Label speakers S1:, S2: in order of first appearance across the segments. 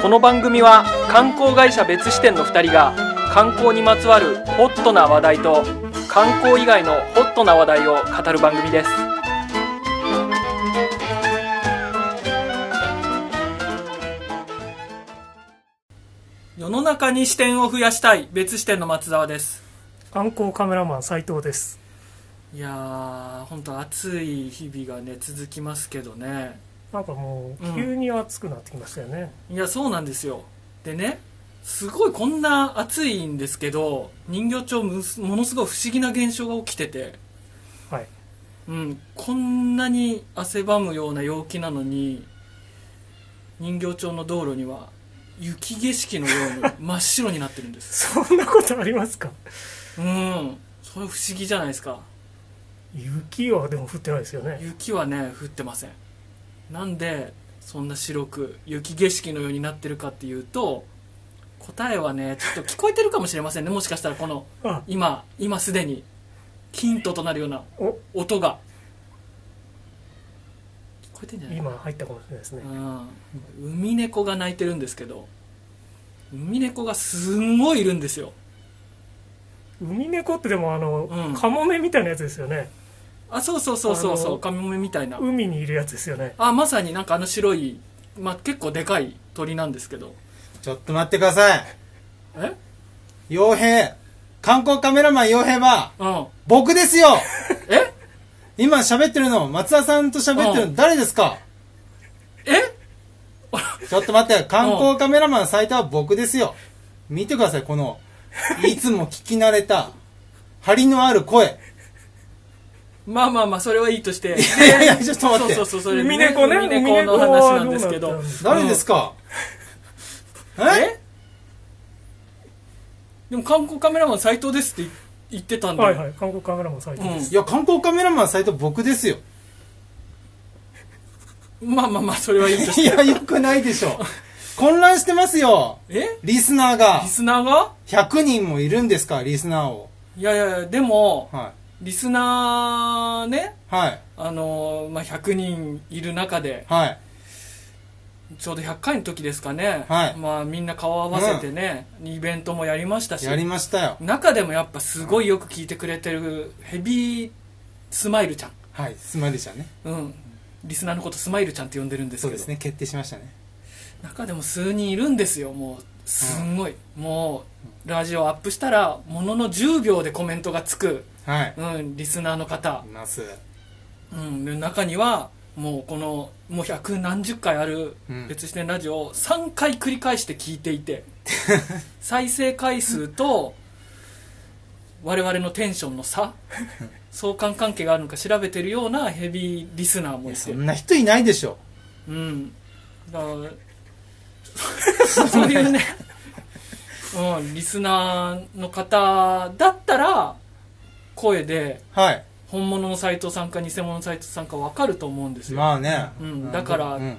S1: この番組は観光会社別支店の2人が観光にまつわるホットな話題と観光以外のホットな話題を語る番組です世の中に視点を増やしたい別支店の松沢です
S2: 観光カメラマン斉藤です
S1: いやー本当暑い日々がね続きますけどね
S2: なんかも
S1: うん
S2: う急に暑くなってきましたよね、
S1: いやそうなんですよでねすごいこんな暑いんですけど人形町むすものすごい不思議な現象が起きてて、
S2: はい
S1: うん、こんなに汗ばむような陽気なのに人形町の道路には雪景色のように真っ白になってるんです
S2: そんなことありますか
S1: うんそれ不思議じゃないですか
S2: 雪はでも降ってないですよね
S1: 雪はね降ってませんなんでそんな白く雪景色のようになってるかっていうと答えはねちょっと聞こえてるかもしれませんねもしかしたらこの
S2: あ
S1: 今今すでにヒントとなるような
S2: お
S1: 音が聞こえてんじゃない
S2: 今入ったかもしれないですね
S1: うん海猫が鳴いてるんですけど海猫がすんごいいるんですよ
S2: 海猫ってでもあの、
S1: うん
S2: カモメみたいなやつですよね
S1: あそうそうそうそうそ
S2: あ
S1: う
S2: の
S1: カモメみたいな
S2: 海にいるやつですよね
S1: あまさになんかあの白い、まあ、結構でかい鳥なんですけど
S3: ちょっと待ってください。
S1: え
S3: 傭兵。観光カメラマン傭兵は、
S1: うん
S3: 僕ですよ
S1: え
S3: 今喋ってるの、松田さんと喋ってるの誰ですか
S1: え
S3: ちょっと待って、観光カメラマン斉藤は僕ですよ。見てください、この、いつも聞き慣れた、張りのある声。
S1: まあまあまあそれはいいとして
S3: いやいや、ちょっと待って。
S1: そうそうそうそれ
S2: 海猫ね
S1: 海猫の
S2: 海猫は
S1: 話なんですけ
S2: うな
S1: ど
S2: ったんですか
S3: 誰ですか、え
S1: えでも観光カメラマン斎藤ですって言ってたんで、
S2: はいはい観光カメラマン斉藤です、
S3: いや、観光カメラマン斉藤僕ですよ。
S1: まあまあまあそれはいいとし
S3: い
S1: て
S3: や、よくないでしょ。混乱してますよ。
S1: え
S3: リスナーが
S1: リ、スナーが
S3: 100人もいるんですか、リスナーを。
S1: いやいやいやでも
S3: はい。
S1: リスナーね
S3: はい。
S1: あのーまあ、100人いる中で
S3: はい。
S1: ちょうど100回の時ですかね、
S3: はい
S1: まあ、みんな顔を合わせてね、イベントもやりましたし
S3: やりましたよ。
S1: 中でもやっぱすごいよく聞いてくれてるヘビースマイルちゃん、
S3: はい。スマイルちゃんね。
S1: うん、リスナーのことスマイルちゃんって呼んでるんです
S3: そう
S1: け
S3: で
S1: ど
S3: すね。決定しましたね。
S1: 中でも数人いるんですよもうすんごい、もうラジオアップしたらものの10秒でコメントがつく、
S3: はい。
S1: うん、リスナーの方
S3: い、ます。
S1: うん、で中にはもうこのもう百何十回ある
S3: うん
S1: 別視点ラジオを3回繰り返して聞いていて再生回数と我々のテンションの差相関関係があるのか調べてるようなヘビーリスナーもい
S3: そ
S1: て
S3: んな人いないでしょ。
S1: うんだからそういう ね、うん、リスナーの方だったら声で
S3: はい。
S1: 本物の斎藤さんか偽物の斎藤さんか分かると思うんですよ、
S3: まあね。
S1: うんだから
S3: うん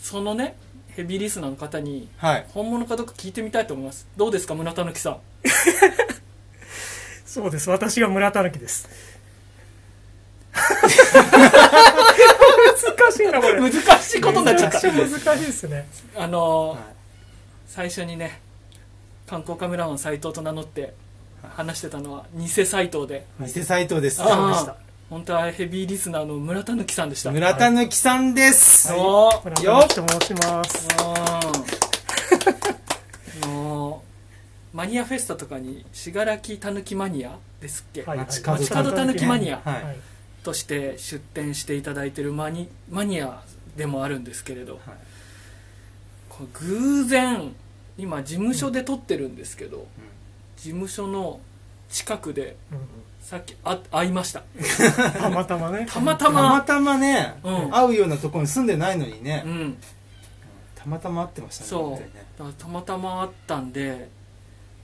S1: そのねヘビーリスナーの方に
S3: はい。
S1: 本物かどうか聞いてみたいと思いますどうですか村田貫さん
S2: そうです私が村田貫です 難しいなこれ
S1: 難しいことになっちゃっ
S2: めちゃ
S1: た
S2: くちゃ難しいですね
S1: あのー
S3: はい
S1: 最初にね観光カメラマン斎藤と名乗って話してたのは偽斎藤で
S3: 偽斎藤です。
S2: あそうでした
S1: あー本当はヘビーリスナーの村田貫さんでした
S3: 村田貫さんです。
S1: そう、
S2: 村田貫と申します
S1: うんもうマニアフェスタとかに「信楽たぬきマニア」ですっけ、
S2: はいはい
S3: 街角
S1: 街角たぬきマニア
S3: はい。
S2: はい
S1: として出展していただいてるマニマニアでもあるんですけれど、
S3: はい
S1: こう偶然今事務所で撮ってるんですけど、事務所の近くで
S2: うんうん
S1: さっきあ会いました
S2: たまたまね
S1: たまた
S3: たま
S1: ま、
S3: たまね、
S1: うん
S3: 会うようなところに住んでないのにね
S1: う、ん、
S3: たまたま会ってましたね。
S1: そう
S3: 本当にね
S1: だからたまたま会ったんで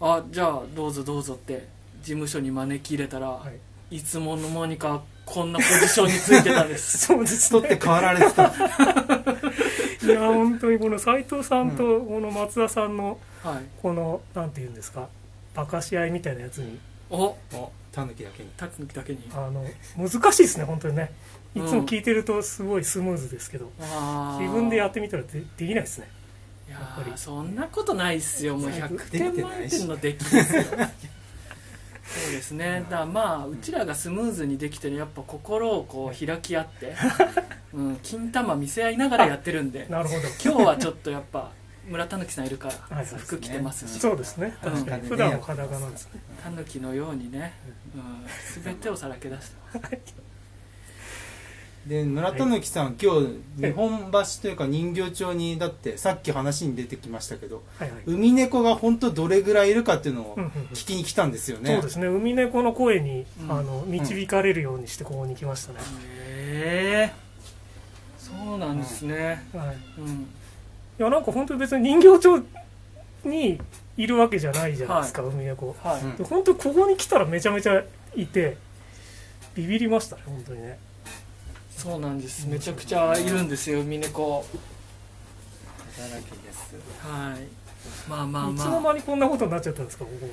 S1: あじゃあどうぞどうぞって事務所に招き入れたら、
S2: はい
S1: いつもの間にかこんなポジションについてたんで す
S2: そうですね
S3: 取って代わられて た。
S2: いや本当にこの斉藤さんとこの松田さんの
S1: はい
S2: このなんて言うんですかバカし合いみたいなやつに
S1: お
S3: お、たぬきだけに。
S1: たくだけに
S2: あの難しいですね本当にねいつも聞いてるとすごいスムーズですけど、
S1: あー
S2: 自分でやってみたらでできないですね
S1: いや
S2: やっぱ
S1: ー
S2: り
S1: そんなことないっすよもう100点満点の出来ですよそうです ねだからまあうちらがスムーズにできてるやっぱ心をこう開き合って、うん、金玉見せ合いながらやってるんで
S2: なるほど
S1: 今日はちょっとやっぱ村たぬきさんいるから
S2: はいそうですね
S1: 服着てますし
S2: そうですね確か
S3: うん
S2: に普段は裸なんですね
S1: たぬきのようにね、うん、全てをさらけ出してます
S3: で村田貫さん、今日日本橋というか人形町にだってさっき話に出てきましたけど
S2: はいはい
S3: ウミネコが本当どれぐらいいるかっていうのを
S2: うんうんうん
S3: 聞きに来たんですよね、
S2: そうですね海猫の声に
S1: うん
S2: あの導かれるようにしてここに来ましたね
S1: へえそうなんですね、
S2: はい
S1: うん、
S2: いやなんか本当に別に人形町にいるわけじゃないじゃないですか海猫
S1: はい、
S3: うん
S2: で本当ここに来たらめちゃめちゃいてビビりましたね本当にね
S1: そうなんですめちゃくちゃいるんですよウミネコ
S3: だらけです
S1: はいまあまあ
S2: いつの
S1: まあ
S2: 間にこんなことになっちゃったんですかここは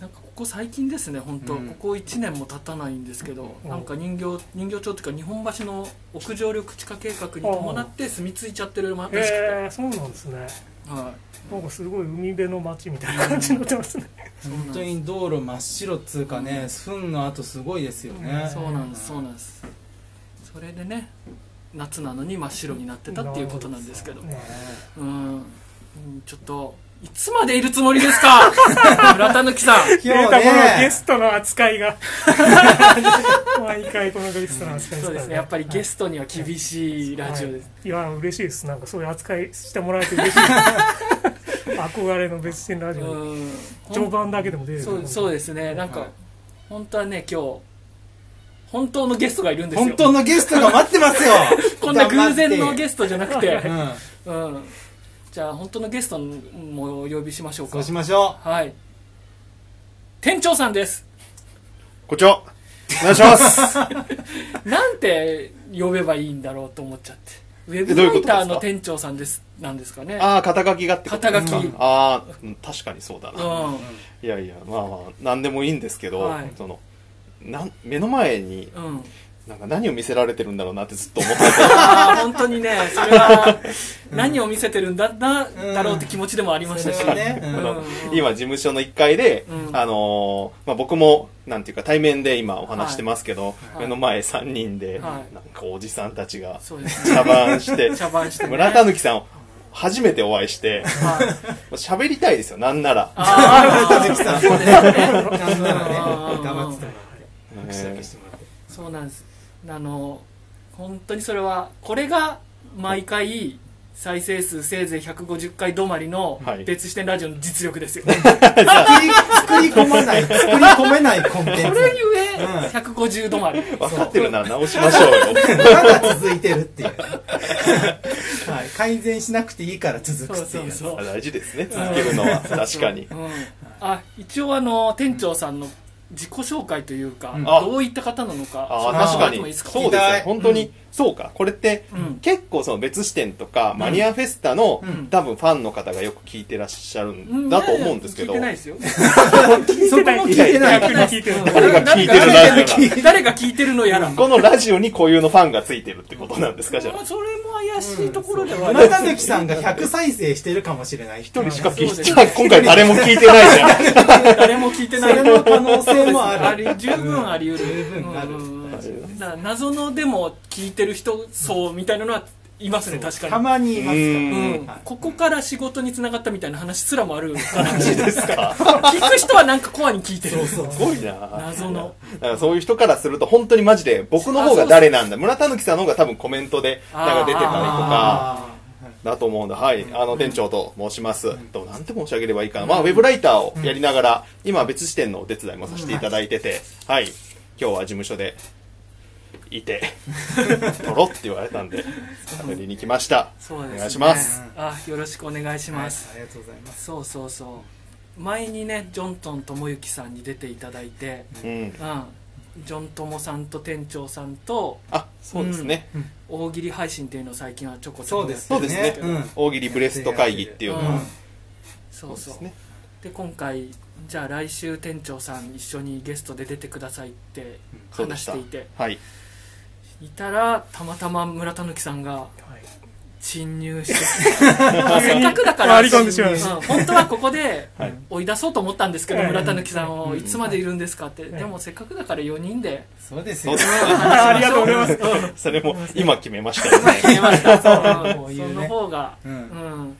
S1: なんかここ最近ですね本当、
S3: うん
S1: ここ1年も経たないんですけど、
S2: うん
S1: なんか人形人形町っていうか日本橋の屋上緑地化計画に伴って住み着いちゃってるらしくて、
S2: へえそうなんですね
S1: は
S2: なんかすごい海辺の街みたいな感じになって ますね
S1: い、
S3: 本当に道路真っ白っつうかね、糞の後すごいですよね、
S1: そうなんですそうなんですそれでね夏なのに真っ白になってたっていうことなんですけど
S2: ね
S1: うんうんちょっといつまでいるつもりですか 村田貫さん
S3: 今日
S2: このゲ
S3: ね
S2: ストの扱 いが毎回このゲストの扱い
S1: そうですねやっぱりゲストには厳しいラジオです、
S2: いや嬉しいですなんかそういう扱いしてもらえ て嬉しい憧れの別人ラジオ
S1: うん
S2: 序盤だけでも出てる
S1: そうそうですねなんか、本当はね今日本当のゲストがいるんですよ
S3: 本当のゲストが待ってますよ
S1: こんな偶然のゲ
S3: ス
S1: ストじゃなくて、
S3: うん、
S1: うん、じゃあ本当のゲストもお呼びしましょう
S3: そ
S1: か
S3: うしましょ
S1: はい店長さんです
S4: こんにちは。お願いします。
S1: なんて呼べばいいんだろうと思っちゃってウェブ
S4: どういう
S1: ラ
S4: こ
S1: イ
S4: とです
S1: タ
S4: か
S1: ーの店長さんですなんですかね
S4: ああ、肩書きがってことですか
S1: 肩書き
S4: ああ、うん確かにそうだ
S1: う
S4: な。
S1: ん
S4: いやいや、まあまあ、なんでもいいんですけど、
S1: はい
S4: その、なん、目の前に、
S1: うん
S4: なんか何を見せられてるんだろうなってずっと思って
S1: あー本当にねそれは何を見せてるんだなだろうって気持ちでもありましたし、
S3: それはねうん
S4: あの
S1: うん
S4: 今事務所の1階で、
S1: うん
S4: あのーまあ、僕もなんていうか対面で今お話してますけど、
S1: はい
S4: 目の前3人
S1: は
S4: で、
S1: い
S4: なんかおじさんたちが
S1: そうですね
S4: 茶番し て
S1: 茶番してね
S4: 村田貫さんを初めてお会い して
S1: はい
S4: もう喋りたいですよなんなら
S1: ああ
S3: う
S1: ーそうう
S3: そで
S1: ですす
S3: ね
S1: ね
S3: なんならね
S1: うん
S3: 黙ってたら
S4: え
S3: 拍手だけして
S4: ー
S3: もらって
S1: そうなんですあの本当にそれはこれが毎回再生数せいぜい150回止まりの
S4: はい
S1: 別視点ラジオの実力 ですよ、
S3: 作り作り込まない作り込めないコンテン
S1: そ
S3: ツ
S1: れゆえ150止まり、
S4: 分かってるなら直しましょうよ
S3: まだ続いてるっていう、はい、改善しなくていいから続くっていうやつ
S1: そうそうそう
S4: 大事ですね続けるのは確かに
S1: うん、あ一応あの店長さんの自己紹介というか、
S3: うん
S1: どういった方なのか
S4: ああ
S3: そう
S4: 確か
S1: その
S4: に
S1: いつか
S4: そ
S3: 聞き
S4: うです
S3: たい
S4: ね本当に、そうかこれって、
S1: うん
S4: 結構その別視点とか、マニアフェスタの、
S3: うん
S4: 多分ファンの方がよく聞いてらっしゃるんだと思うんですけど、
S1: 聞いてないですよ
S3: そこも聞いてない
S2: 逆に聞いてる
S4: 誰が聞いてる
S1: 誰
S4: ラジオ
S1: が誰が聞いてるのやら、
S4: このラジオにこういうのファンがついてるってことなんですかじゃ
S1: まあ
S4: あ
S1: それも怪しいところではあり
S3: 村
S1: ま
S3: 田
S1: す
S3: 貫さんが100再生してるかもしれない人
S4: 一人しか聞
S1: そう
S4: い
S1: で
S4: て
S1: す
S4: ない
S1: ね
S4: 今回誰も聞いてないじゃん
S1: 誰も聞いて
S3: そ
S1: ない
S3: れの可能性もある
S1: 十分あり得る
S3: 十分ある
S1: うんうんうん
S4: ある
S1: だから謎のでも聞いてる人層みたいなのはいますね確
S3: た
S1: かに
S3: まにいますか
S4: う
S1: うんんここから仕事につながったみたいな話すらもある
S4: マジですか
S1: 聞く人はなんかコアに聞いてる
S3: らそう
S4: す
S3: そう
S4: ごいな
S1: 謎の
S4: だからそういう人からすると本当にマジで僕の方が誰なんだ村田貫さんの方が多分コメントでなんか出てたりとか
S3: あ
S4: だと思うんだはいあの店長と申しますとなんて申し上げればいいかなまあウェブライターをやりながら今別視点のお手伝いもさせていただいててはい今日は事務所でいて撮ろって言われたんで食べに来ました
S1: そうですね
S4: お願いします
S1: あよろしくお願いし
S3: ーはいあ
S1: ます
S3: りがとうございます
S1: そうそうそう前にねジョントン智之さんに出ていただいて
S4: うん
S1: うんジョン友さんと店長さんと
S4: あそうですね
S1: 大喜利配信っていうのを最近はちょこちょ
S3: そ
S1: こ
S3: うで
S1: やっ
S3: す
S1: てる
S4: そうですね
S3: うん
S4: 大喜利ブレスト会議っていうの
S1: うん
S4: は
S1: そうそう
S4: ですね
S1: で今回じゃあ来週店長さん一緒にゲストで出てくださいって
S4: そうで
S1: 話
S4: し
S1: したていて
S4: はい
S1: いたらたまたま村たぬきさんが
S2: はい
S1: 侵入してきたまあせっかくだから
S2: 回り込んでし まいました
S1: うん本当はここで
S4: はい
S1: 追い出そうと思ったんですけど、
S2: はい
S1: 村田抜きさんを
S4: うん
S1: いつまでいるんですかって、
S2: ん
S1: でもせっかくだから4人で
S3: そうです
S4: そ
S3: よ
S4: うで。すね。
S2: ありがとうございます
S4: それも今決めましたよね。
S1: 決めましたそう
S3: こ
S1: う
S3: うんい
S1: そう
S3: ね
S1: の方が
S3: う。
S1: うんん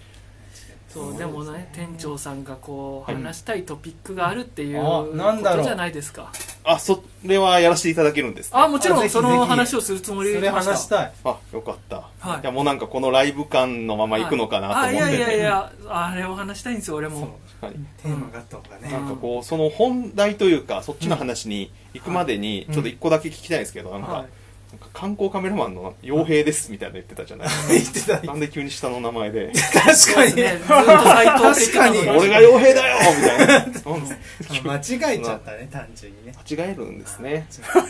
S1: そうでもね店長さんがこう
S4: はい
S1: 話したいトピックがあるっていう
S3: あ
S1: こ
S3: なんだろ
S1: と
S3: う
S1: じゃないですか
S4: あ、それはやらせていただけるんですね、
S1: あもちろ
S3: あぜ
S1: ん
S3: ひ
S1: そ
S3: ぜひ
S1: の話をするつも
S3: そ
S1: りで
S3: れ話したい。
S4: あ、よかった。
S1: はい
S4: いや、もうなんかこのライブ感のまま行くのかなと思ってて、
S1: あいやいやいやあれを話したいんですよ俺も
S4: はい
S3: テーマがあった方が
S4: な
S3: ね。
S4: んかこう、その本題というか、そっちの話に行くまでに、ちょっと一個だけ聞きたいんですけど、なんか、
S1: はい
S4: なんか観光カメラマンの傭兵ですみたいなの言ってたじゃない です
S3: 言
S4: か。
S3: ってた。
S4: なんで急に下の名前 で、
S3: 確
S1: そう
S3: か
S1: です
S3: に。
S1: ねずっと斎藤って言ってたの
S4: 俺が傭兵だよみたいな。なんで
S3: 間違えちゃったね、単純にね。
S4: 間違えるんですね。
S3: もう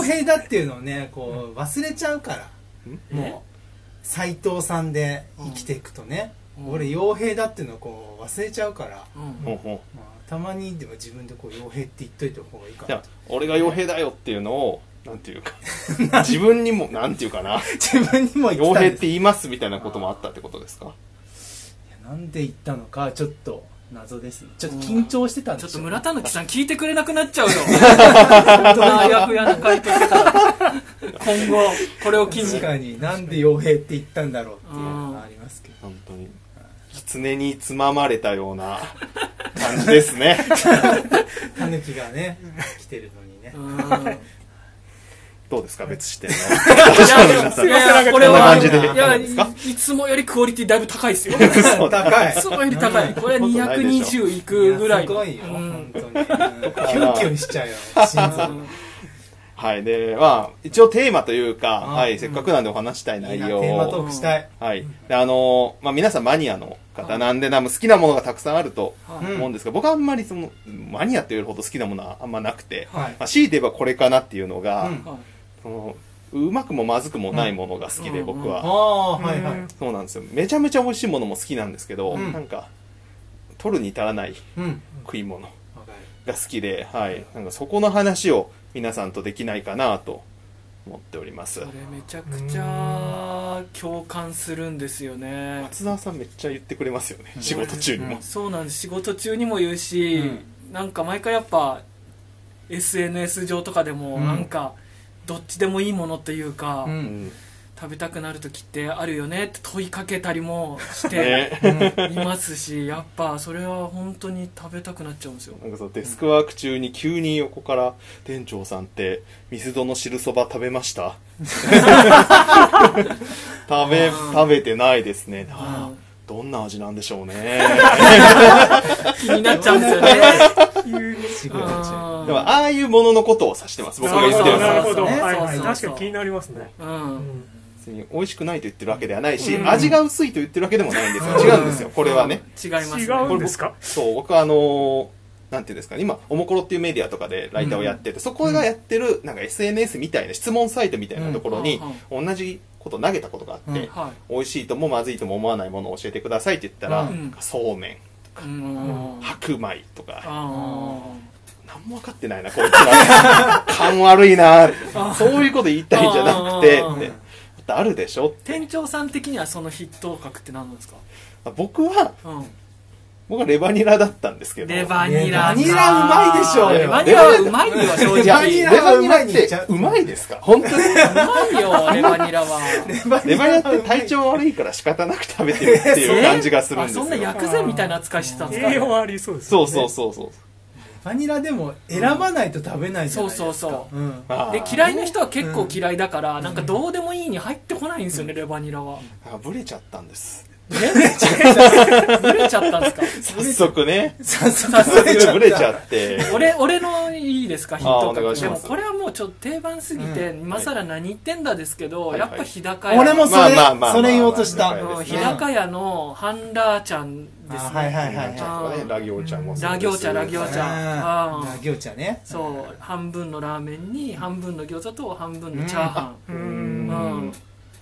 S3: 傭兵だっていうのをね、こう、忘れちゃうから。
S1: え
S3: もう、斎藤さんで生きていくとね、
S1: うん
S3: 俺傭兵だっていうのをこう、忘れちゃうから。
S1: うん
S4: ほうほう
S3: まあ、たまにでも自分でこう傭兵って言っといた方がいいか
S4: じゃ
S3: な
S4: あ俺が傭兵だよっていうのを なんていうか自分にもなんていうか な
S3: 自分にも言っ
S4: 傭
S3: た
S4: 兵
S3: ん
S4: っ
S3: です
S4: て言いますみたいなこともあったってことですか
S3: いやなんで言ったのかちょっと謎ですねちょっと緊張してたん
S1: ち
S3: で
S1: ょっ
S3: し
S1: と
S3: ょうね、
S1: 村田貫さん聞いてくれなくなっちゃうよ。本当にあやふやな回答してたら今後、これを機に
S3: 確。かになんで傭兵って言ったんだろうっていうのがありますけど
S4: 本当に狐につままれたような感じですね
S3: タヌキがね来てるのにね
S1: うんい
S4: どうですか別視 点
S1: や
S4: の
S1: いやいやこれは、
S4: こんな感じで
S1: いやいいつもよりクオリティだいぶ高いですよ。い
S4: そう
S3: 高い
S1: つもより高い。これは
S4: そんなことないでしょ
S1: 220いくぐらい
S3: やす
S1: の。
S3: ごいよ、
S1: うん
S3: 本当に、うんキュンキュンしちゃうよ心臓
S1: うん
S4: はいでまあ一応テーマというか、
S3: うん
S4: はい、せっかくなんでお話したい
S3: い
S4: 内
S3: いな
S4: 容
S3: テーマ
S4: を
S3: トークしたい、
S4: はい。で、あのーまあ、皆さんマニアの方なんで、なんか好きなものがたくさんあると
S1: はい
S4: 思うんですが、僕はあんまりその、マニアというほど好きなものはあんまなくて、
S3: はい
S4: まあ、強いて言えばこれかなっていうのが、
S3: うん
S1: はい
S4: その、うまくもまずくもないものが好きで、
S1: うん
S4: 僕
S3: あ
S4: は、
S3: あはいはい
S2: うん
S4: そうなんですよ。めちゃめちゃ美味しいものも好きなんですけど、
S3: うん
S4: なんか、取るに足らない
S3: うん
S4: 食い物
S3: わかる
S4: が好きで、はい。なんかそこの話を皆さんとできないかなと思っております
S1: こ。れめちゃくちゃ共感するんですよね。
S4: 松沢さんめっちゃ言ってくれますよね。仕事中にも。
S1: そうなんです仕事中にも言うし、
S3: うん
S1: なんか毎回やっぱ SNS 上とかでも
S3: うん
S1: なんかどっちでもいいものというか、
S3: う
S4: うんん。
S1: 食べたくなる時ってあるよねって問いかけたりもして
S4: ね。
S1: いますしやっぱそれは本当に食べたくなっちゃうんですよ
S4: なんかそのデスクワーク中に急に横から「店長さんってミスドの汁そば食べま した? 」食べ食べてないですねあーどんな味なんでしょうね
S1: 気になっちゃうんですよね
S2: 急に
S3: 仕事中
S1: うん
S4: でもああいうもののことを指してます僕が
S2: なる
S4: 言っ
S2: ほ
S4: て
S2: ど
S4: る
S2: な
S4: の
S2: るほ
S4: は
S2: ど、はいは
S1: そうそう
S2: い、
S1: そう
S2: 確かに気になりますね、
S1: う
S2: うんん
S4: 別に美味しくないと言ってるわけではないし、
S2: うん
S4: 味が薄いと言ってるわけでもないんですよ違うんですよこれはね
S1: 違いますね
S2: 違
S4: こ
S2: う
S4: れ
S2: んですか
S4: そう僕はあのーなんていうんですかね、今、おもころっていうメディアとかでライターをやってて、そこがやってる、なんか SNS みたいな質問サイトみたいなところに、同じこと投げたことがあって、
S3: うん
S1: は
S4: 美味しいともまずいとも思わないものを教えてくださいって言った
S1: う
S4: ら、
S1: ん
S4: そうめん
S1: いうん
S4: 白米とか
S1: あ
S4: 何も分かってないなこいつら勘悪いなそういうこと言いたいんじゃなくて
S1: あー
S4: ってだってあるでしょって
S1: 店長さん的にはその筆頭格って何なんですか、
S4: 僕は
S1: うん
S4: 僕はレバニラだったんですけど
S1: レバニラか
S3: レバニラうまいでしょうよ
S1: レバニラはうまいよ正直
S4: いやレ
S3: レバ
S4: バ
S3: ニ
S4: ニ
S3: ラうま
S4: ラ
S3: い
S4: っ
S3: に言ってちゃう
S4: うまいですか本当に
S1: うまいよレバニラ は
S4: レバニラって体調悪いから仕方なく食べてるっていう感じがするんですよ
S1: あそんな薬剤みたいな扱いしてたんですか
S2: 栄養はありそうです
S4: そ
S2: よね、
S4: うそうそうそう
S3: バニラでも選ばないと食べないじゃないですか、
S1: うんそうそうそ
S3: うん
S4: あー
S1: で嫌いな人は結構嫌いだから、なんかどうでもいいに入ってこないんですよね、レバニラは
S4: あブレちゃったんです
S1: ブレちゃったん です
S4: 早速ね
S3: 早速
S1: 早速
S4: ブレちゃって
S1: か俺俺のいいですかヒント
S4: あお願
S1: 格
S4: いし
S1: で
S4: ま
S1: も
S4: す
S1: これはもうちょっと定番すぎて、今更何言ってんだですけど、
S4: はい
S1: や
S4: はい
S1: っぱ日高屋
S3: 俺もそれ、
S4: まあまあまあ
S3: それ言おうとした。
S4: まあまあ
S1: うん
S4: です
S1: 日
S4: ね
S1: 高屋のハンラーちゃんですね、
S3: あはいはいはい
S4: ちゃんとかね
S1: あー
S4: ラギオちゃんもそうです
S1: ラギョーチャラギョーチャあー
S3: うんギョーチャね。
S1: そう半分のラーメンに半分の餃子と半分のチャーハン、
S2: うー
S1: うんん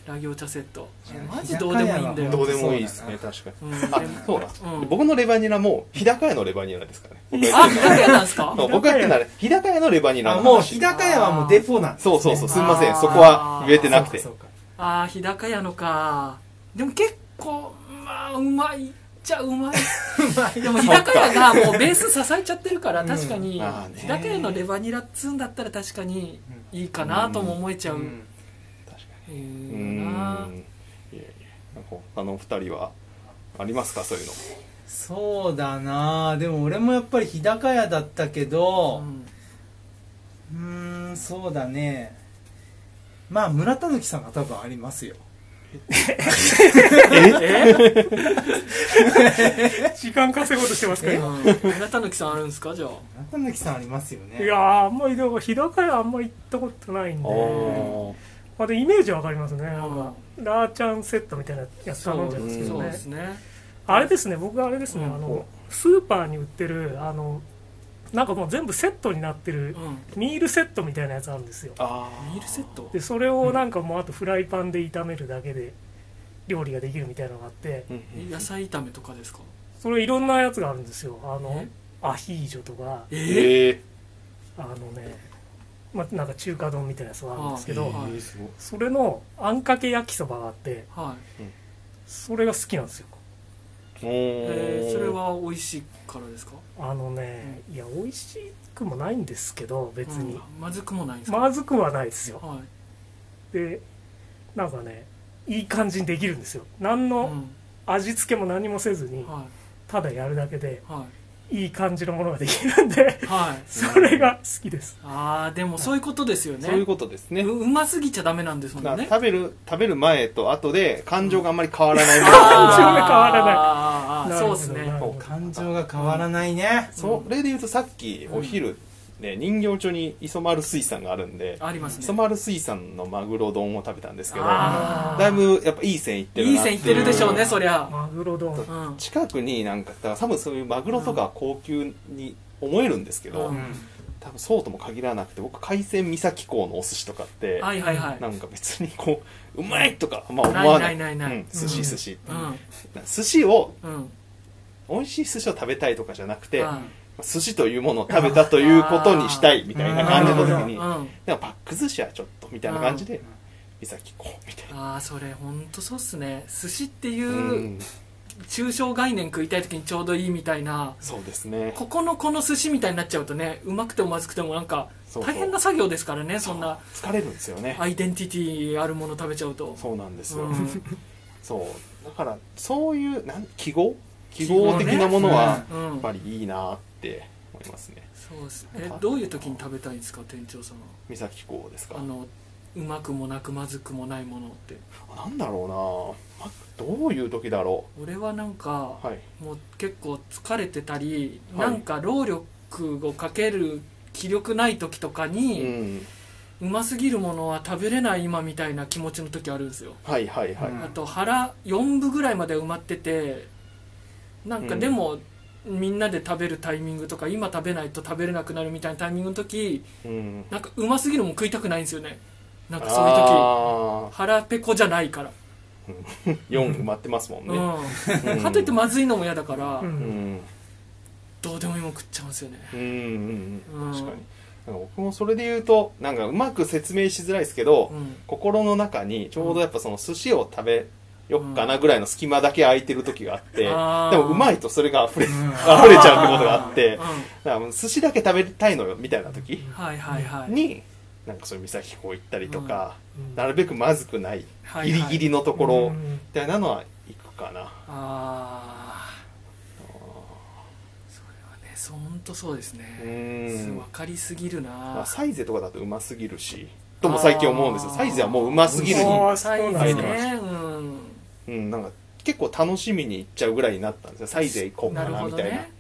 S1: ラギョー茶セットマジどう
S3: 日
S1: で
S3: 高
S1: もい
S3: 屋
S1: い
S3: は
S1: んだよ
S4: どうでもいいです
S3: う
S4: ね
S3: ん
S4: 確かに
S1: うん
S4: あ
S1: でも
S4: そうなん
S1: うん
S4: 僕のレバニラも日高屋のレバニラですからね僕が
S1: あ
S4: 言っ
S1: 日
S4: てる
S1: 高
S4: のは
S1: 屋なんですか
S4: そう僕が言ってるのはね日高屋のレバニラ
S3: あ
S4: の
S3: もう
S4: 話
S3: 日高屋はもうデポなんですね。
S4: そうそうそうす
S1: い
S4: みません
S1: あー
S4: そこは言えてなくて
S3: そうかそうか
S1: ああ日高屋のかでも結構まあうまいっちゃうまいでも日高屋がもうベース支えちゃってるから確かに
S4: まあね
S1: 日高屋のレバニラっつうんだったら確かにいいかなとも思えちゃう
S3: うん
S4: 確か
S1: え
S4: に
S1: ーな
S4: うんいやいやなんか他のお二人はありますかそういうの
S3: そうだなでも俺もやっぱり日高屋だったけど
S1: うん
S3: うーんそうだねまあ村たぬきさんが多分ありますよ
S2: 時間稼ごうとしてますから今
S1: うん村たぬきさんあるんですかじゃあ
S3: 村たぬきさんありますよね
S2: いやーあんまりでも日高屋あんまり行ったことないんでまあでイメージはわかりますねなんかラーチャンセットみたいなやつ頼んじゃうんですけ
S1: そ
S2: ど
S1: う
S2: ね
S1: ですね
S2: あれですね僕はあれですね、
S1: うん
S2: あのスーパーに売ってるあのなんかもう全部セットになってる
S1: うん
S2: ミールセットみたいなやつあるんですよ
S4: あ
S1: ミールセット
S2: でそれをなんかもうあとフライパンで炒めるだけで料理ができるみたいなのがあって
S4: ーうんうん
S1: 野菜炒めとかですか
S2: それいろんなやつがあるんですよあのアヒージョとか
S1: ええ
S4: ええ
S2: あのね、まあ、なんか中華丼みたいなやつがあるんですけど、
S1: ああ
S4: ええすごい
S2: それのあんかけ焼きそばがあって
S1: はい
S2: それが好きなんですよ
S4: お
S1: え
S4: ー
S1: ーそれは美味しいからですか
S2: あのね、いや美味しくもないんですけど別
S1: う
S2: に
S1: ん、まずくもないんですか
S2: まずくはないですよ
S1: はい
S2: でなんかねいい感じにできるんですよ何
S1: う
S2: の
S1: ん
S2: 味付けも何もせずに
S1: は
S2: ただやるだけで
S1: いはい
S2: いい感じのものができるんで
S1: はい
S2: それが好きです
S1: ああでもそういうことですよね
S4: そういうことですね
S1: ううますぎちゃダメなんですも
S4: だ
S1: ん
S4: か
S1: ね
S4: ら食べる食べる前と後で感情があんまり変わらないも
S2: 感情
S4: の
S2: が変わらない
S1: あーあーあー
S2: なる
S1: そ
S2: ほ
S1: う
S2: ど
S1: です
S2: なる
S1: ね
S2: ほど
S3: 感情が変わらないね、
S4: そうそれで言うとさっきお昼、ね、人形町に磯丸水産があるんで
S1: あります
S4: 磯
S1: ね
S4: 丸水産のマグロ丼を食べたんですけどだ
S1: あー
S4: いぶやっぱいい線いってる
S1: いい
S4: なって
S1: 線い
S4: い
S1: うってるでしょうねそりゃ
S2: マグロ丼
S1: うんうん
S4: 近くになんかだから多分そういうマグロとか高級に思えるんですけど、
S1: うん
S4: 多分そうとも限らなくて僕海鮮三崎港のお寿司とかって、
S1: はいはいはい
S4: なんか別にこううまいとかあんま思わない
S1: ないないないない
S4: うん寿司寿司、
S1: うん
S4: 寿司を
S1: うん
S4: 美味しい寿司を食べたいとかじゃなくて、
S1: はい
S4: 寿司というものを食べたということにしたいみたいな感じの時に、
S1: う
S4: なん
S1: ん
S4: かパック寿司はちょっとみたいな感じで、三崎港みたいな。
S1: ああそれ本当そうっすね寿司って
S4: う、
S1: いうん抽象概念食いたい時にちょうどいいみたいな
S4: そうですね。
S1: ここのこの寿司みたいになっちゃうとねうまくてもまずくてもなんか
S4: そうそう
S1: 大変な作業ですからねそんな
S4: 疲れるんですよね。
S1: アイデンティティあるもの食べちゃうと
S4: そうなんです
S1: う
S4: よ。
S1: ん
S4: そう。だから、そういう、なん記号記号的なものは、
S1: うん
S4: やっぱりいいなって思いますね。
S1: そうですえどういう時に食べたいんですか店長さんは
S4: 三崎港ですか
S1: あ。のうまくもなくまずくもないものって
S4: あなんだろうなまどういう時だろ
S1: 俺はなんか
S4: う。はい。
S1: もう結構疲れてたり、
S4: はい
S1: なんか労力をかける気力ない時とか
S4: う
S1: に、
S4: ん。
S1: うますぎるものは食べれない今みたいな気持ちの時あるんですよ、
S4: はいはいはい。
S3: うん
S1: あと腹4分ぐらいまで埋まっててなんか
S4: うん
S1: でも、みんなで食べるタイミングとか今食べないと食べれなくなるみたいなタイミングの時
S4: うん。
S1: なんかうますぎるもん食いたくないんですよねなんかそういう時
S4: あ
S1: 腹ペコじゃないから、
S4: ー4埋まってますもんね。
S1: うんかといってまずいのも嫌だから、
S2: うん
S4: うん。
S1: どうでもいいもん食っちゃうんですよね
S4: うんうんう
S1: う
S4: ん
S1: ん
S4: 確かになんか僕もそれで言うとなんかうまく説明しづらいですけど、
S1: うん
S4: 心の中にちょうどやっぱその寿司を食べよっかなぐらいの隙間だけ空いてる時があって、
S1: うんあー
S4: でもうまいとそれが溢れ,、
S3: うん
S4: 溢れちゃうってことがあって
S1: うん
S4: だからもう寿司だけ食べたいのよみたいな時
S1: はいはいはい
S4: に、なんかそういう三崎港行ったりとか、
S2: うん
S4: なるべくまずくない
S1: はいは
S4: ギ
S1: い
S4: リギリのところ
S2: う
S4: み
S2: ん
S4: たいなのは行くかな、
S1: ああそれはねそうほんとそうです
S4: う
S1: ね分
S4: ん
S1: かりすぎる
S4: ま
S1: な
S4: あ、サイゼとかだとうますぎるしとも最近思うんですよサイゼはもううますぎるに
S2: あー
S1: サイ
S2: そう
S1: ズ
S2: なん
S4: で
S1: ね
S4: すね
S1: うん
S4: うん、なんか結構楽しみに行っちゃうぐらいになったんですよサイゼ行こうか
S1: る
S4: な
S1: ほ
S4: み
S1: ど
S4: たいな
S1: ね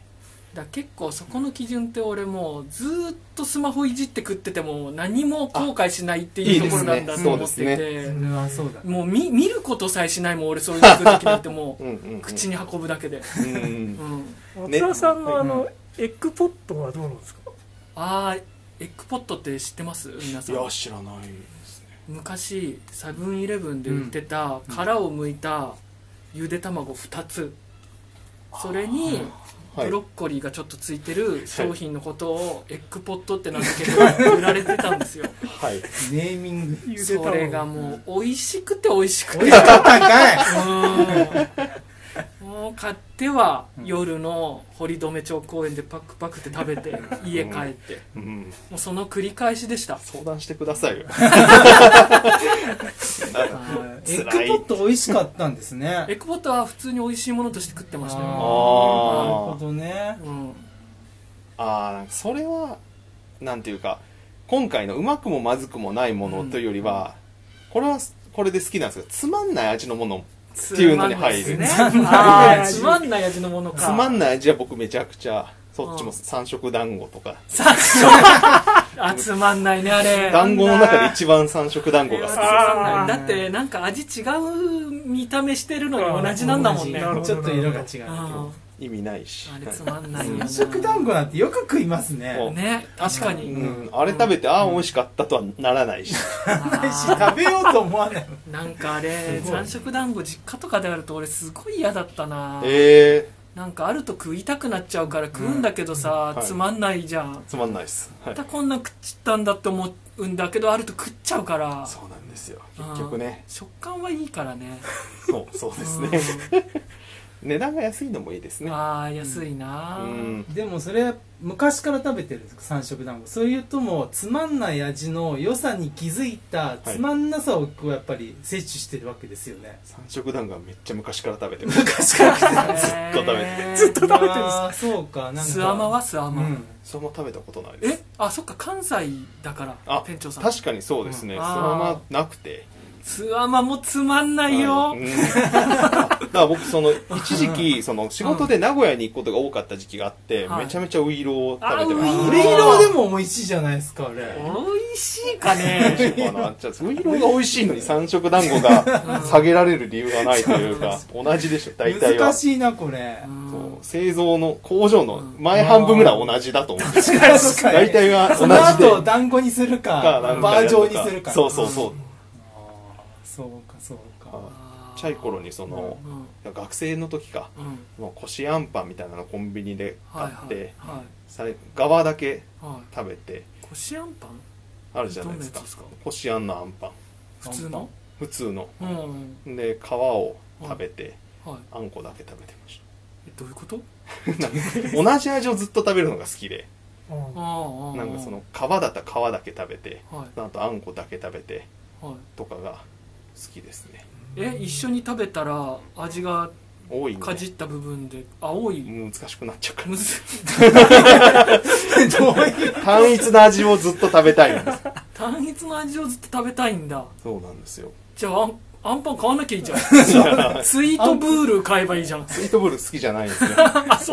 S1: だから結構そこの基準って俺もうずーっとスマホいじって食ってても何も後悔しないっていうところなんだと思って
S4: あいい
S1: て
S3: それはそうだね
S1: もう見見ることさえしないもん俺そういう時々なんても
S4: うんうんうん、
S1: う口に運ぶだけで、
S4: うんうん
S1: うん、
S2: 松田さんのあ
S3: ね
S2: の
S3: は
S2: エッグポットはどうなんですか
S1: あーエッグポットって知ってます皆さ
S4: い
S1: ん
S4: や知らないですね
S1: 昔セブンイレブンで売ってた殻を剥いたゆで卵2つそれに
S4: はい
S1: ブロッコリーがちょっとついてる商品のことをエッグポットって名付けて売られてたん ですよ
S4: はい。
S3: ネーミ ング。
S2: ゆで
S1: それが
S2: 卵
S1: もう美味しくて美味しくて
S3: 美味しかったんかい
S1: うんもう買っては夜の堀留町公園でパクパクって食べて家帰って
S4: うん。
S1: もうその繰り返しでした
S4: 相談してくださいよ。
S3: エッグポット美味しかったんですね。
S1: エッグポットは普通に美味しいものとして食ってました
S3: あ
S1: よ、
S3: ー
S4: あー
S3: なるほどね。
S1: うん、
S4: ああ、なんかそれは、なんていうか、今回のうまくもまずくもないものというよりは、これは、これで好きなんですが、つまんない味のもの。
S1: つ
S4: っていうのに入る
S1: まん
S3: つ
S1: ない
S3: まん
S2: ない
S1: あーつまんない味のものか
S4: つまん
S1: い
S4: ない味は僕めちゃくちゃ、そっちも三色団子とか、
S1: さそうあつまんないねあれ
S4: 団子の中で一番三色団子が
S1: つ
S4: 好き。
S1: まんない
S3: あー
S1: だってなんか味違う見た目してるのに同じなんだもんね
S2: 同じ
S3: ちょっと色が違う。
S1: あ
S4: 意味ないし。
S1: あれつまんないよ
S3: 三
S1: な
S3: 色団子なんてよく食いますね。
S1: ね確かに、
S4: うん、あれ食べて、ああ、美味しかったとはならないし。
S3: ないし、食べようと思わない。
S1: なんかあれ
S3: すごい
S1: 三色団子実家とかであると俺すごい嫌だったな、
S4: ええ
S1: なんかあると食いたくなっちゃうから食うんだけどさ、
S4: うん
S1: つまんないじゃん、
S4: ー、つまんないです。は
S1: ま
S4: い
S1: た。こんな食っちったんだって思うんだけどあると食っちゃうから
S4: そうなんですよ。結局ね。
S1: うん食感はいいからね
S4: そう、そうですね。値段が安いのもいいです
S1: うん
S4: ね。
S1: ああ安いな、
S4: うん。
S3: でもそれ昔から食べてるんですか三色団子それともつまんない味の良さに気づいた
S4: い
S3: つまんなさをこうやっぱり摂取してるわけですよ ね、
S4: 三色団子はめっちゃ昔から食べ てる。
S3: 昔から食べてる
S1: ずっ
S4: と食べて
S1: ずっ
S3: べてるそうかなんか
S1: スアマはスア
S3: う
S1: マ、
S3: ん
S4: そのまま食べたことないで
S1: え
S4: す。
S1: あそっか関西だから
S4: あ
S1: 店長さん
S4: 確かにそうですね。
S1: うん
S4: そのままなくて。
S1: スアマもつまんないよ、
S4: うんだから僕、その、一時期、その、仕事で名古屋に行くことが多かった時期があって、
S1: はい
S4: めちゃめちゃウイローを食べてま
S1: あ
S4: し
S1: ウイロ
S4: た。
S1: ー
S3: レイローでも美味しいじゃないですかあれ
S1: 美味しいか
S4: 美味
S1: ね
S4: しいのかなじゃあウイローが美味しいのに三色団子が下げられる理由がないというか、同じでしょ、大体は。
S3: 難
S4: そ
S3: しいなこれ
S1: うん
S4: う製造の工場の前半分ぐらいは同じだと思うんですよ。
S3: 確か
S4: 大
S3: に
S4: 体は
S3: その後
S4: 同じで。
S3: 団子にするか
S4: なんか
S3: バ
S4: や
S3: ー
S4: る
S3: ジ
S4: と
S3: ョ
S4: か
S3: ンにするか
S4: そうそうそう。
S3: そうかそうか
S1: あー
S4: ちっちゃい頃にその、
S1: う
S4: 学生の時か、
S1: んうん
S4: もうこしあんパンみたいなのコンビニで買
S1: はい
S4: っ
S1: は
S4: て、
S1: いは
S4: さい側だけ
S1: いは
S4: 食べて、
S1: いこしあんパン
S4: あるじゃないです
S1: ど
S4: か
S1: んなやつですか。
S4: こしあんのあんパン。
S1: 普通の
S4: 普通の。
S1: うんうん
S4: で、皮を食べて、
S1: はい
S4: あんこだけ食べてました。
S1: えどういうこと
S4: 同じ味をずっと食べるのが好きで
S2: うん
S1: ああ
S4: なんかその皮だったら皮だけ食べて
S1: はい
S4: あとあんこだけ食べて
S1: はい
S4: とかが好きですね
S1: え一緒に食べたら味が
S4: 多いんで
S1: かじった部分で青い
S4: 難しくなっちゃうか
S1: むず
S3: どういう
S4: ら単一の味をずっと食べたい んです
S1: 単一の味をずっと食べたいんだ
S4: そうなんですよ
S1: じゃああんあんパン買わなきゃいいじゃん
S4: スイー
S1: スイートブール買えばいいじゃん
S4: トブル好きじゃないんです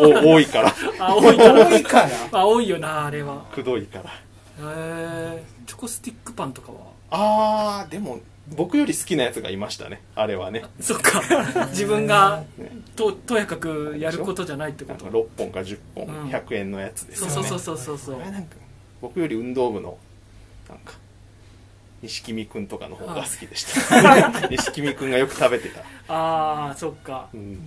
S4: よお多いから
S1: 青いから
S3: 多いから
S1: 青いよなあれは
S4: くどいから
S1: へえチョコスティックパンとかは
S4: あーでも僕より好きなやつがいましたねあれはね
S1: そっか自分が
S4: ね
S1: ととやかくやることじゃないってこ
S4: なんか
S1: と
S4: 6本か10本
S1: うん
S4: 100円のやつです
S1: そ
S4: よ
S1: う
S4: ね
S1: そうそうそうそうそう
S4: あれなんか僕より運動部のなんか錦見くんとかの方が好きでした錦見くんがよく食べてた、
S1: ああそっか
S4: うん、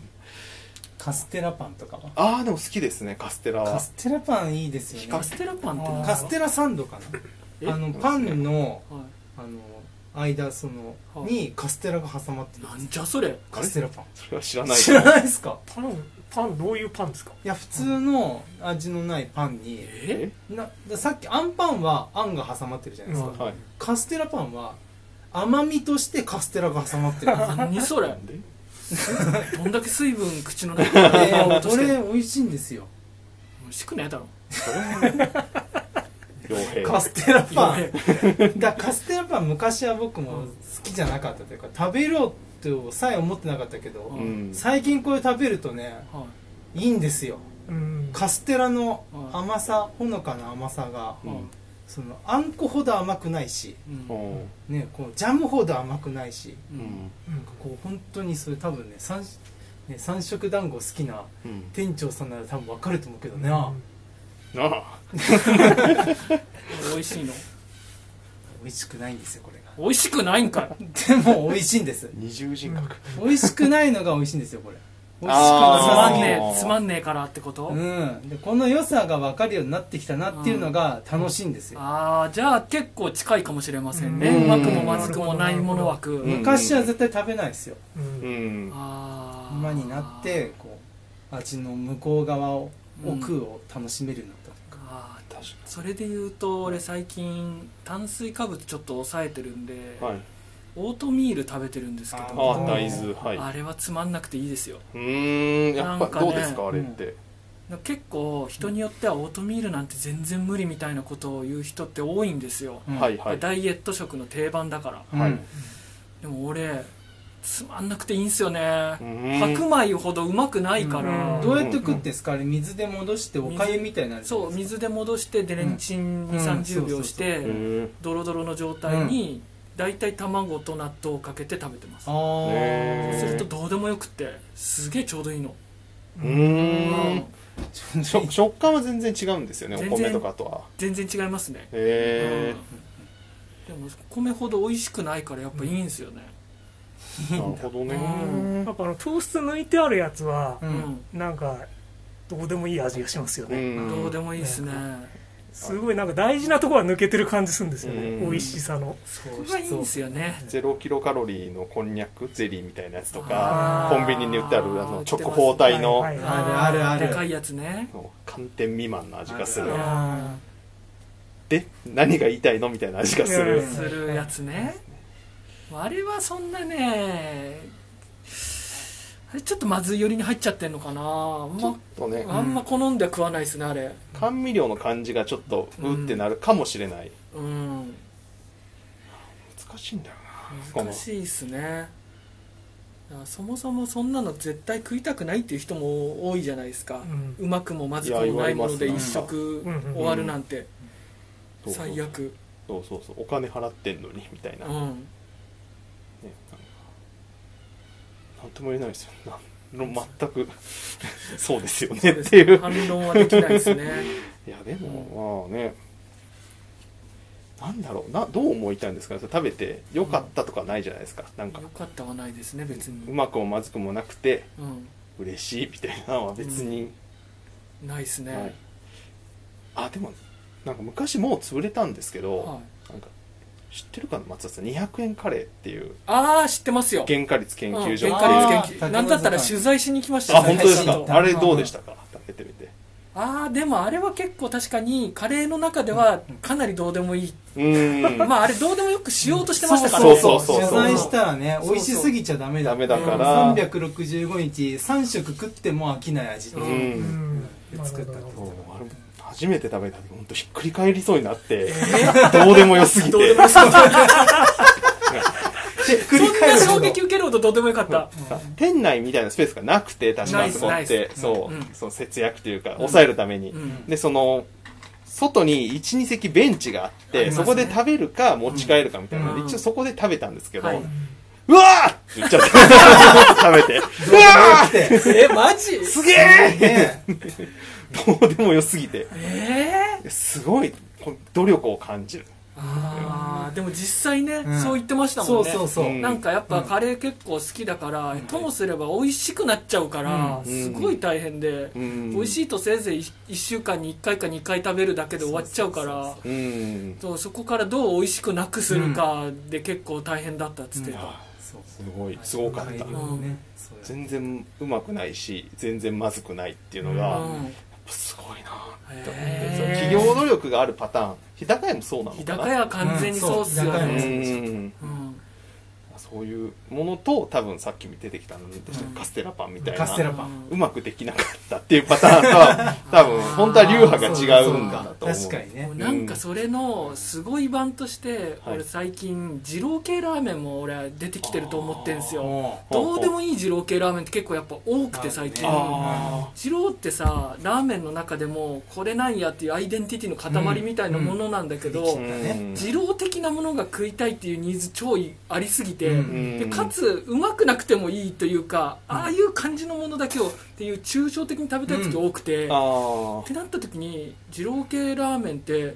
S3: カステラパンとかは
S4: ああでも好きですねカステラ
S3: カ
S4: は
S3: ステラパンいいですよ
S1: カ
S3: ね
S1: ステラパンって何
S3: カステラサンドか
S1: え
S3: なあのパンの
S1: はい
S3: あの間その
S1: はい
S3: にカステラが挟まってる
S1: なんじゃそれ
S3: カステラパン
S4: それは知らない
S3: 知
S4: からら
S3: ないですか
S2: パンパンどういうパンですか
S3: いや普通の味のないパンに
S1: え
S3: なださっきあんパンはあんが挟まってるじゃないですか
S2: うん
S4: はい
S3: カステラパンは甘みとしてカステラが挟まって るんですよ
S1: 何それ
S4: なんで
S1: どんだけ水分口の中に入れようと
S3: こ
S1: して
S3: れ
S1: る
S3: 美味しいんですよ
S1: 美味しくねえだろ
S4: 傭兵
S3: カステラパ
S1: いや
S3: ンだカステラパン昔は僕も好きじゃなかったというか食べようとさえ思ってなかったけど、
S4: うん
S3: 最近これ食べるとね
S1: はい
S3: いんですよ
S2: うん
S3: カステラの甘さほのかな甘さが
S4: う
S1: うん
S4: ん
S3: そのあんこほど甘くないし、
S1: うん
S4: うん
S3: ね、こうジャムほど甘くないし
S4: うん
S2: うん
S3: こう本当にそれ多分ね三,、ね、三色団子好きな
S4: うん
S3: 店長さんなら多分わかると思うけどね、
S4: なあ
S1: 美味しいの
S3: 美味しくないんですよこれが
S1: 美味しくないんかい
S3: でも美味しいんです
S4: 二重人格
S3: 美味しくないのが美味しいんですよこれ美味しく
S1: つま
S3: なさ
S1: ん
S3: すぎ
S1: ね
S3: る
S4: あー
S1: えつまんねえからってこと、
S3: うん、でこの良さが分かるようになってきたなっていうのが楽しいんですよ、
S1: ああじゃあ結構近いかもしれませんね、
S4: う
S1: うんまくもまずくもないもの枠、
S4: うん
S3: 昔は絶対食べないですよ
S2: うん
S4: うん。
S1: ああ
S3: 今になってこう味の向こう側を奥を楽しめるようになった
S1: あー
S4: 確か
S1: それで言うと俺最近炭水化物ちょっと抑えてるんで、
S4: に。はい。
S1: オートミール食べてるんですけ
S4: あ
S1: ど
S4: ー、大豆。はい。
S1: あれはつまんなくていいですよ
S4: うーん、や
S1: な
S4: っ
S1: ん
S4: ぱ
S1: かね
S4: どうですか、あれって。
S1: だから結構人によってはオートミールなんて全然無理みたいなことを言う人って多いんですよ、
S3: うん
S4: はいはい。
S1: ダイエット食の定番だから
S3: うん
S4: はい
S1: でも俺つまんなくていいんすよね、
S4: うん
S1: 白米ほどうまくないから、
S2: うん
S3: どうやって食ってんですかあれ水で戻しておかゆみたいになるじゃな
S1: そう
S3: いですか
S1: 水で戻してでレンチンに
S3: うん
S1: 30秒し
S3: う
S1: て
S4: へ
S1: ドロドロの状態に大体卵と納豆をかけて食べてます
S3: あー
S4: へ
S1: そう
S4: ー
S1: するとどうでもよくってすげえちょうどいいの
S4: ーうー
S1: うん
S4: ん。食食感は全然違うんですよね、お
S1: 全然
S4: 米とかとは。
S1: 全然違いますね
S4: へ
S1: うんでも米ほど美味しくないからやっぱいいんですよね
S4: え。なるほど
S1: うん
S4: ね
S2: や。っぱあの糖質抜いてあるやつは
S3: う
S1: うんん
S2: なんかどうでもいい味がしますよ
S4: う
S2: ね、
S4: ん。
S1: どうでもいいですね
S2: すごいなんか大事なところは抜けてる感じするんですよね、
S4: うん
S2: 美味しさの
S1: そこがいいんですよね
S4: ゼロキロカロリーのこんにゃくゼリーみたいなやつと
S1: あ
S4: か、
S1: ー
S4: コンビニに売ってあるあの直方体の
S2: はいはい
S3: あるあるある
S1: でかいやつね
S4: の寒天未満の味がす
S3: う
S4: る
S3: ん。
S1: あ
S4: で、何が言いたいのみたいな味がす
S1: ー
S4: る
S2: うん。
S1: するやつねあれはそんなねあれちょっとまずい寄りに入っちゃってんのかな
S4: ちょっ
S1: ま
S4: とね、
S1: あんま好んでは食わないですねあれ
S4: 甘味料の感じがちょっとうってなるかもしれない。
S1: うん
S4: 難しいんだよな。
S1: 難しいっすねだからそもそもそんなの絶対食いたくないっていう人も多いじゃないですか、うまくもまずくもないもので
S4: い
S1: 一
S4: や言われますね
S1: 食
S2: うんうん
S1: 終わるなんて
S4: そうそう
S1: 最悪
S4: そうそうそうお金払ってんのにみたいな、
S1: う
S4: ね
S1: ん
S4: なんかなんとも言えないですよなんの全く そうですよねっていう
S1: 反論はできないですね
S4: いやでもまあねなんだろうなどう思いたいんですかねそれ食べてよかったとかないじゃないですかなんか
S1: よかったはないですね別
S4: う
S1: に
S4: まくもまずくもなくて
S1: うん
S4: 嬉しいみたいなのは別に、
S1: ないですね、
S4: はいあでもなんか昔もう潰れたんですけど、
S1: はい
S4: なんか知ってるかな松田さん200円カレーっていう
S1: ああ知ってますよ
S4: 原価率研
S1: う
S4: 究
S1: ん
S4: 所
S1: 原
S4: っ
S1: 価
S3: 原
S4: てい
S1: 率
S4: う
S1: 研究
S3: 率研究
S1: 所
S3: 所
S1: なんだったら取材しに来ました
S4: あ、
S1: よ
S4: 本当です
S3: 最
S4: か。
S3: 初
S4: あれどうでしたか食べてみて。
S1: ああでもあれは結構確かにカレーの中ではかなりどうでもいい、
S4: うーん。
S1: まああれどうでもよくしようとしてましたから
S4: そ
S1: ね
S4: うそうそう
S3: 謝
S4: そう
S3: 罪したらね
S1: そうそう
S3: 美味しすぎちゃダメだ
S4: ダメだから
S3: うん365日3食食っても飽きない味って
S4: う。
S3: いう、
S2: うんん
S3: 作った
S2: なるほど
S4: そうあれ初めて食べた時、本当ひっくり返りそうになって、どうでもよすぎて。
S3: で繰
S1: そんな衝
S3: ほど
S1: 撃受けるほどどうでもよかった、
S4: 店内みたいなスペースがなくて、確
S1: な
S4: か
S1: いっす
S4: そこ
S1: ない
S4: っ
S1: っす
S4: て、そう
S1: うん、
S4: そう節約というか、抑えるために
S1: う。ん
S4: で、その、外に1、2席ベンチがあっ
S1: あ
S4: て、
S1: ります
S4: そ
S1: ね
S4: こで食べるか持ち帰るかみたいなので、
S1: うん
S4: 一応そこで食べたんですけど、
S1: はいう
S4: わーって 言っちゃった。食べて、うわー
S3: って
S1: えマジ
S4: すげー
S3: ね
S4: どうでもよすぎて。
S1: ええ
S4: すごいこう努力を感じる
S1: あーでも実際ね、
S3: ん
S1: そう言ってましたも
S3: そ
S1: ん
S3: う
S1: ね
S3: そうそう、
S4: うん
S1: なんかやっぱカレー結構好きだから、ともすれば美味しくなっちゃうから、
S4: うん
S1: すごい大変で、
S4: うん
S1: 美味しいとせいぜい1週間に1回か2回食べるだけで終わっちゃうからそう
S4: うん
S1: そこからどう美味しくなくするかで結構大変だったっつって
S4: い
S1: た、
S4: や
S3: そう
S4: すごいすごかった
S1: うん
S3: ねそう
S4: 全然うまくないし全然まずくないっていうの
S1: う
S4: が、
S1: ん
S4: すごいなって思ってその
S1: へ
S4: 企
S1: ー
S4: 業努力があるパターン日高屋もそうなの
S1: 日
S4: かな
S1: 高屋は完全にそうっすよ
S3: うんそう日高屋
S4: う
S3: も
S1: ね、
S4: ん
S1: うん
S4: そういうものと多分さっき出てきたのでしたっけ
S1: うん
S4: カステラパンみたいな
S3: カステラパン
S4: うまくできなかったっていうパターンとは多分本当は流派が違うんだなと思う
S3: 確かにね
S1: もうなんかそれのすごい版として、
S4: はい
S1: 俺最近二郎系ラーメンも俺出てきてると思ってんすよ
S3: も
S1: どうでもいい二郎系ラーメンって結構やっぱ多くて最近
S3: あるね
S4: あ
S1: 二郎ってさラーメンの中でもこれなんやっていうアイデンティティの塊みたいなものなんだけど、
S4: あ、うん
S1: 二郎的なものが食いたいっていうニーズ超いありすぎて、
S4: ん
S1: でかつうまくなくてもいいというか、ああいう感じのものだけをっていう抽象的に食べたい時多くて、
S4: あ
S1: ってなった時に二郎系ラーメンって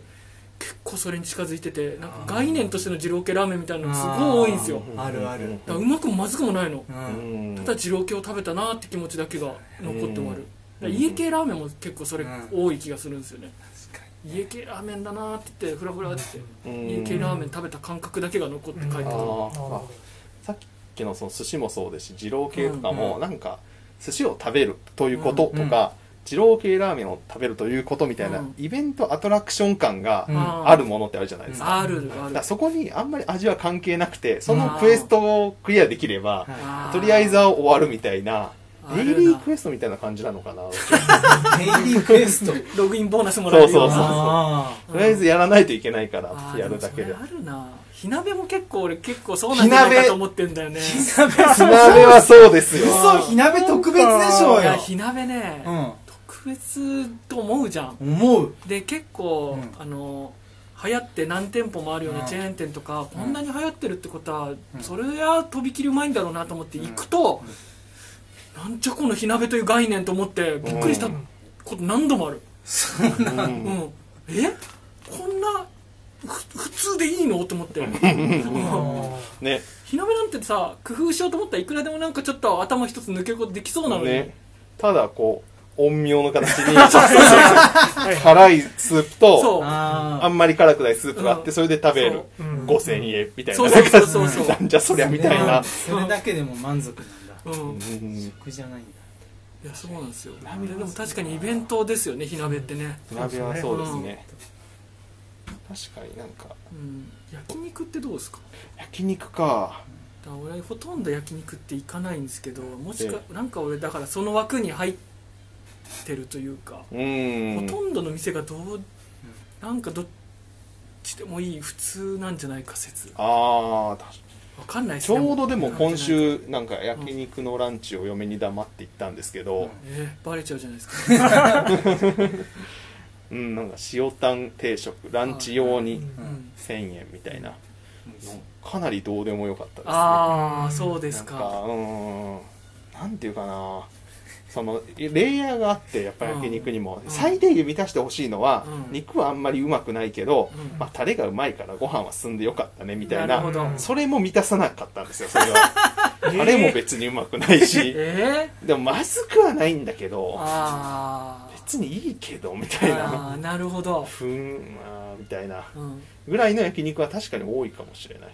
S1: 結構それに近づいててなんか概念としての二郎系ラーメンみたいなのすごい多いんですよ
S3: あるある
S1: だからうまくもまずくもないの
S3: う
S4: うんん
S1: ただ二郎系を食べたなって気持ちだけが残って終わるだから家系ラーメンも結構それ多い気がするんですよね家系ラーメンだなって言ってフラフラって
S4: うん
S1: 家系ラーメン食べた感覚だけが残って帰ってく
S4: あ
S1: る
S4: ー
S2: なる
S4: あ
S2: ほ
S4: さっきのその寿司もそうですし二郎系とかもなんか寿司を食べるということとか、二郎系ラーメンを食べるということみたいな、
S1: うん
S4: イベントアトラクション感が
S3: うん
S4: あるものってあるじゃないですか,、
S1: あるあ
S4: だ
S1: る
S4: からそこにあんまり味は関係なくてそのクエストをクリアできれ
S3: は
S4: ば
S3: い
S1: あー
S4: とりあえずは終わるみたいな
S1: あ
S4: デ
S1: る
S4: イ
S1: な
S4: リークエストみたいな感じなのかな
S3: デイリークエスト
S1: ログインボーナスもらえるよう
S4: そうそうそう
S1: な
S3: あ
S4: とりあえずやらないといけないから
S1: あー
S4: やるだけで
S1: もそれあるな火鍋も結構俺結構そうなんじゃないかと思ってんだよね
S3: ー火鍋
S4: 火鍋はそうですよ
S3: 嘘火鍋特別でしょ
S1: いうや
S3: よ
S1: 火鍋ね、特別と思うじゃん
S3: うん思う
S1: で結構、
S3: うん
S1: あの流行って何店舗もあるよう
S3: う
S1: なんチェーン店とか、
S3: うん
S1: こんなに流行ってるってことは、
S3: ん
S1: それはとびきりうまいんだろうなと思って行くと、なんじゃこの火鍋という概念と思ってびっくりしたこと何度もある、うんえこんなふ普通でいいのと思って、うん
S4: ね
S1: 火鍋なんてさ工夫しようと思ったらいくらでもなんかちょっと頭一つ抜けることできそうなのに、
S4: ねただこう陰陽の形に辛いスープと
S1: そう
S4: あ
S3: あ
S4: んまり辛くないスープがあっ
S1: う
S4: てそれで食べ
S1: そ
S4: る
S1: う
S2: うん
S4: 5000円みたい
S1: そ
S4: な
S1: う
S4: なんか
S1: そうそうそう
S4: なんじゃそりゃみたいな
S3: それだけでも満足なんだ
S1: うん
S4: うん
S3: 食じゃないんだ
S1: いやそうなんですよでも確かにイベントですよね火鍋ってね、
S4: 火鍋はそうですね確かになんか
S1: うん、焼肉ってどうですか
S4: 焼肉か
S1: だから俺ほとんど焼肉って行かないんですけどもしか
S4: え
S1: なんか俺だからその枠に入ってるというか、
S4: う
S1: ほ
S4: ん
S1: とんどの店がどうなんかどっちでもいい普通なんじゃないか説わ
S4: ああ
S1: かんないです
S4: ちょうどでも今
S1: なん
S4: 週なんか焼肉のランチを嫁に黙って行ったんですけど、
S1: ていうかえーバレちゃうじゃないですか
S4: うん、なんか塩タン定食ランチ用に
S1: うん、
S4: 1000円みたいなかなりどうでもよかったですね
S1: ああそうですか
S4: なんかうーんなんていうかなそのレイヤーがあってやっぱり焼肉にも
S1: うん
S4: 最低限満たしてほしいのは、
S1: うん
S4: 肉はあんまりうまくないけど、
S1: うん
S4: まあ、タレがうまいからご飯は進んでよかったねみたい
S1: な
S4: な
S1: るほど
S4: それも満たさなかったんですよそれ はタレも別にうまくないし
S1: えー、
S4: でもまずくはないんだけど
S1: あー
S4: 別にいいけどみたいな
S1: あーなるほど、
S4: ふーんまあみたいな
S1: うん、
S4: ぐらいの焼肉は確かに多いかもしれない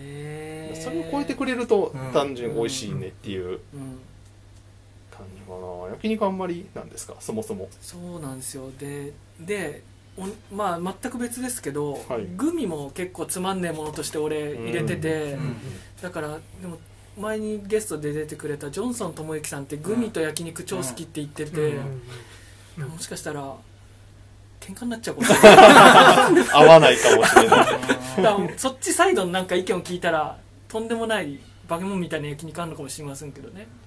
S1: へー
S4: それを超えてくれると
S3: うん
S4: 単純に美味しいねっていう
S1: うん
S4: 感じかな焼肉あんまりなんですかそもそも
S1: そうなんですよででおまあ全く別ですけど、
S4: はい
S1: グミも結構つまんねえものとして俺入れてて、
S3: うん
S1: だからでも前にゲストで出てくれたジョンソン智之さんってグミと焼肉超好きって言ってて、
S2: うん
S1: もしかしたら喧嘩になっちゃうかもしれない
S4: 合わないかもしれない
S1: だからそっちサイドのなんか意見を聞いたらとんでもない化け物みたいな焼肉あるのかもしれませんけどね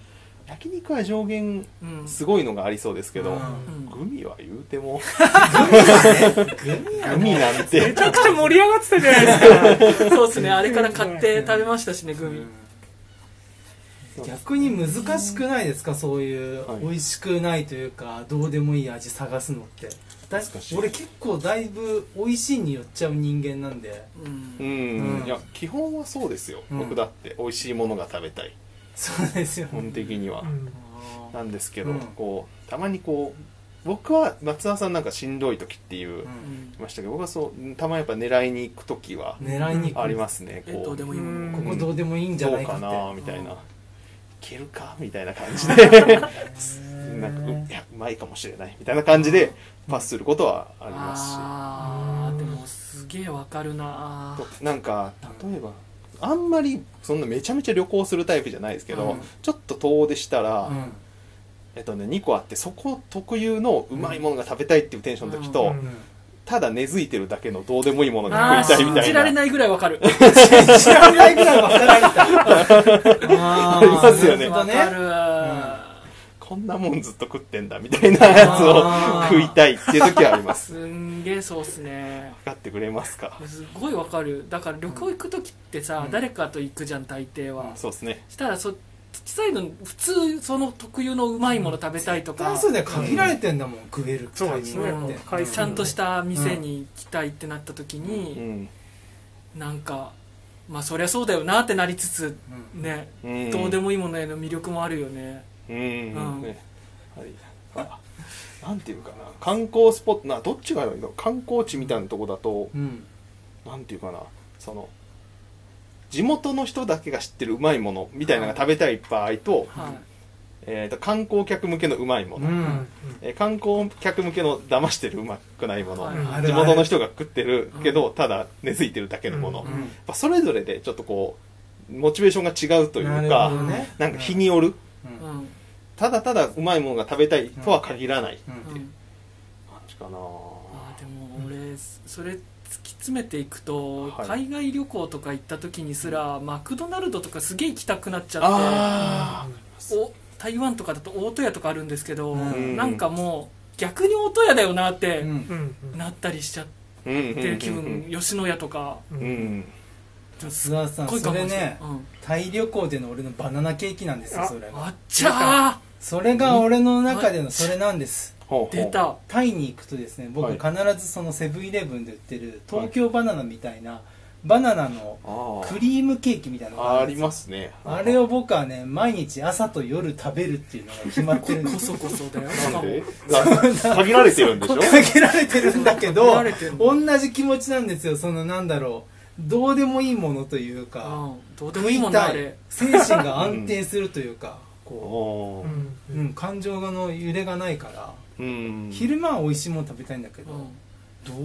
S4: 焼肉は上限
S1: うん
S4: すごいのがありそうですけど、
S3: うん
S1: うん
S4: グミは言うても
S3: グミ
S4: グミなん
S2: め
S4: て
S2: ちゃくちゃ盛り上がってたじゃないですか
S1: そうですねあれから買って食べましたしねグミ、
S3: 逆に難しくないですかそういう
S4: はい
S3: 美味しくないというかどうでもいい味探すのってだい
S4: 難しい
S3: 俺結構だいぶ美味しいに寄っちゃう人間なんで
S1: うん
S4: うん、
S3: うん
S4: いや基本はそうですよ、
S3: うん
S4: 僕だって美味しいものが食べたい
S3: そうですよ
S4: 基本的には、
S2: うん
S3: あ
S4: なんですけど、
S3: うん
S4: こうたまにこう僕は松田さんなんかしんどい時っていう、
S3: ーう
S1: うんん
S4: ましたけど僕はそうたまにやっぱ狙いに行く時は
S3: 狙いに行く
S4: ありますね、
S1: え
S4: こ
S1: どう
S4: う
S1: でもいいもの
S3: ここどうでもいいんじゃ
S4: ど
S3: な
S4: う
S3: いか
S4: か
S3: って
S4: なみたいな、
S1: うん
S4: いけるかみたいな感じでなんかういやうまいかもしれないみたいな感じでパスすることはありま
S1: あーでもすげえわかるな
S4: すしとなんか例えばあんまりそんなめちゃめちゃ旅行するタイプじゃないですけ
S3: う
S4: ど、
S3: ん
S4: ちょっと遠出したら、
S3: うん
S4: えっとね2個あってそこ特有のうまいものが食べたいっていうテンションの時
S2: う
S4: と、
S2: ん
S4: ただ根付いてるだけのどうでもいいもの
S1: あ
S4: が
S1: あ
S4: 食いたいみ
S1: 信
S4: たい
S1: じられ
S4: な。
S1: ないぐらいわかる
S3: 知らないぐらい分かられた あー
S4: ありますよね
S3: な
S1: わ
S3: るほど
S1: かる、
S4: こんなもんずっと食ってんだみたいなやつを
S3: あー
S4: 食いたいっていう時はあります
S1: すんげえそうっすね
S4: 分かってくれますか
S1: すごいわかるだから旅行行く時ってさ、
S3: うん
S1: 誰かと行くじゃん大抵は、
S4: そうですね
S1: したらそ土サイド普通その特有のうまいもの食べたいとか、
S3: 関数で限られてんだもん、食える
S2: そうで
S3: タイ
S2: す
S3: ミ
S2: ね
S3: ングって。
S2: 回数
S1: ちゃんとした店に行きたいってなった時
S4: う
S1: に、
S4: ん
S1: なんかまあそりゃそうだよなってなりつつ
S3: うん
S1: ね、
S4: うん
S1: どうでもいいものへの魅力もあるよね
S4: うん、
S1: うん
S4: ねはいあなんていうかな観光スポットなどっちがいいの観光地みたいなとこだと
S3: うん。
S4: なんていうかなその地元の人だけが知ってるうまいものみたいなのが食べたい場合と,、
S1: はい
S4: えーと観光客向けのうまいも
S3: う
S4: の、
S3: ん。
S4: えー観光客向けの騙してるうまくないもの、
S1: はい
S3: あるある
S4: 地元の人が食ってるけど、ただ根付いてるだけのも
S2: う
S4: の、
S2: ん
S3: う
S4: やっ
S3: ん
S4: ぱそれぞれでちょっとこうモチベーションが違うという
S3: なる
S4: か
S3: ほどね
S4: なんか日による
S3: うん
S1: うんうん
S4: ただただうまいものが食べたいとは限らない
S3: うん
S4: 感じかな、
S1: あーでも俺、それ突き詰めていくと、
S4: はい
S1: 海外旅行とか行った時にすらマクドナルドとかすげえ行きたくなっちゃっ
S4: あ
S1: てお台湾とかだと大戸屋とかあるんですけど、
S3: うん
S1: なんかもう逆に大戸屋だよなっ
S3: う
S1: て
S3: ん
S2: うんうん
S1: なったりしちゃっ
S4: あうんうん
S1: てる気分、吉野家とか
S2: う
S4: うん
S2: ん
S4: うん
S1: す
S3: 津
S1: っ
S3: 田さん
S1: ごい
S3: そ
S1: 我
S3: れ
S1: 慢して
S3: ね
S1: うん
S3: タイ旅行での俺のバナナケーキなんですよ
S2: あ
S3: それが
S1: あっちゃ
S3: それが俺の中でのそれなんです
S4: ほうほう
S1: ー出た
S3: タイに行くとですね僕必ずそのセブンイレブンで売ってる東京バナナみたいなバナナの
S4: あー
S3: クリームケーキみたいなの
S4: あ
S3: が
S4: あ
S3: るん
S4: り
S3: ですよ
S4: ますね
S3: あれを僕はね毎日朝と夜食べるっていうのが決まってるんで
S1: こ
S3: す
S1: そこそだよ
S4: なんでだ限られてるんでしょ
S3: 限られてるんだけど
S1: 限られてんの
S3: 同じ気持ちなんですよそのなんだろうどうでもいいものという
S1: う
S3: か
S1: んどうでも
S3: 食
S1: いい
S3: い
S1: もんな
S3: た
S1: あ
S3: い
S1: れ
S3: 精神が安定するという かこ
S4: お
S2: う
S4: ー
S2: ん
S3: う、うん、感情の揺れがないから
S4: うん
S3: 昼間は美味しいもの食べたいんだけ
S1: う
S3: ど、
S1: ん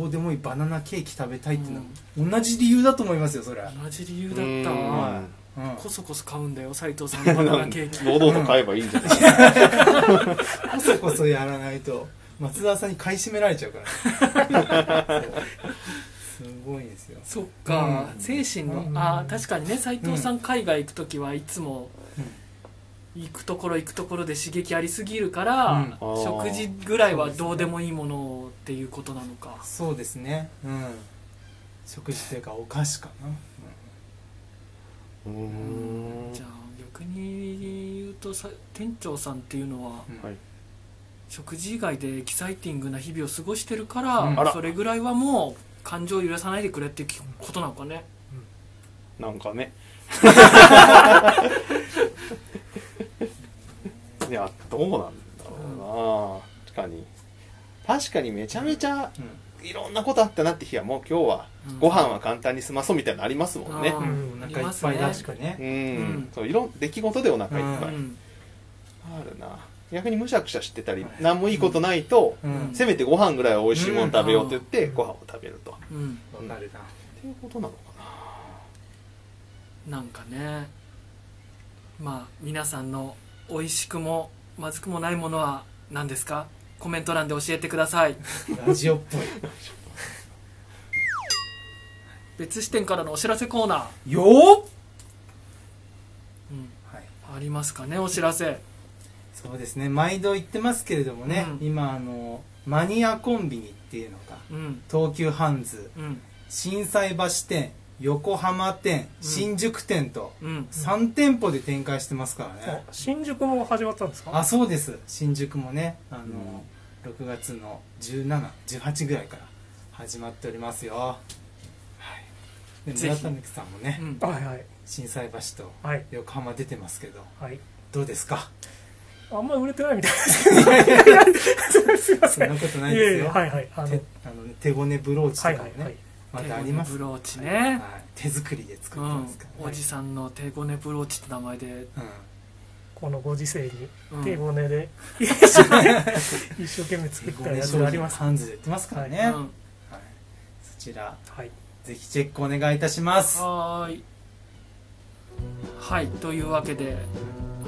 S3: どうでもいいバナナケーキ食べたいっていうのは同じ理由だと思いますよそれ、う
S1: 同じ理由だったわ
S4: うん
S3: ん、
S1: こそこそ買うんだよ斉藤さんのバナナケー キ
S4: 堂々と買えばいいんじゃない
S3: こそこそやらないと松田さんに買い占められちゃ うからねそうすごいですよ
S1: そっか、
S3: うん
S1: 精神の、
S2: うん
S1: あー確かにね斉藤さん海外行く時はいつも、行くところ行くところで刺激ありすぎるから、
S3: うん
S1: 食事ぐらいはどうでもいいものをっていうことなのか、
S3: そうですねうん食事というかお菓子かな、
S4: うーん
S1: じゃあ逆に言うとさ店長さんっていうのは
S3: うん
S4: はい
S1: 食事以外でエキサイティングな日々を過ごしてるから、
S3: うん
S4: あら
S1: それぐらいはもう感情を揺らさないでくれっていうことなのかね
S4: なんかねいやどうなんだろうな確かに確かにめちゃめち
S3: う
S4: ゃ
S3: ん
S4: いろんなことあったなって日はもう今日は
S1: うん
S4: ご飯は簡単に済まそうみたいなのありますもんね
S1: あ
S2: う
S1: ー
S2: ん
S3: お
S1: あり
S3: 腹いっ
S1: ます
S3: ぱい
S1: ね
S3: だしか
S4: う
S3: ね
S1: うん
S4: んそういろん出来事でお腹いっ
S1: う
S4: ぱい
S1: ん
S4: あるな逆にむしゃくしゃしてたり何もいいことないと
S3: うんわ、
S4: せめてご飯ぐらいは美味しいもの食べようって言って
S2: うん
S4: ご飯を食べるとっ
S1: うん
S3: かるな
S4: ていうことなのかな
S1: なんかねまあ皆さんの美味しくもまずくもないものは何ですかコメント欄で教えてください
S3: ラジオっぽ
S1: 別視点からのお知らせコーナー、
S3: いよー
S1: うん
S3: はい
S1: ありますかねお知らせ
S3: そうですね毎度言ってますけれどもね、
S1: うん
S3: 今あのマニアコンビニっていうのが
S1: うん
S3: 東急ハンズ
S1: うん
S3: 心斎橋店横浜
S1: う
S3: 店
S1: ん
S3: 新宿店と
S1: うん
S3: 3店舗で展開してますからね、
S2: 新宿も始まったんですか
S3: あそうです新宿もねあの、6月の1718ぐらいから始まっておりますよ、はい、で
S1: ぜ
S3: 村
S1: ひ
S3: 田美樹さんもね、
S1: うん
S2: はいはい
S3: 心斎橋と
S2: はい
S3: 横浜出てますけど
S2: はい
S3: どうですか
S2: あんまり売れてないみたいです
S3: いやいやいや
S2: けどすいま
S3: そ
S2: せ
S3: ん
S2: ん
S3: なことない
S2: い
S3: で
S2: え
S3: す
S2: いえ
S3: よ
S2: はいはいあの
S3: 手あのね手骨ブローチと
S2: は
S3: か
S2: い
S3: も
S2: はい
S3: ね、
S2: はい
S3: またあります
S1: 手骨ブローチ
S3: はい
S1: ね、
S3: 手作りで作ってますか
S1: うん、
S3: ら
S1: お
S3: ね
S1: じさんの手ごねブローチって名前で、
S2: このご時世に
S1: うん
S2: 手骨で一生懸命作っ
S3: 手
S2: た
S3: 骨
S2: やつ
S3: 商
S2: があり
S3: 品
S2: ます
S3: ハンズで売ってますからね、
S1: う
S3: はい
S1: ん、
S3: そちら
S2: はい
S3: ぜひチェックお願いいたします
S1: はーいはいというわけで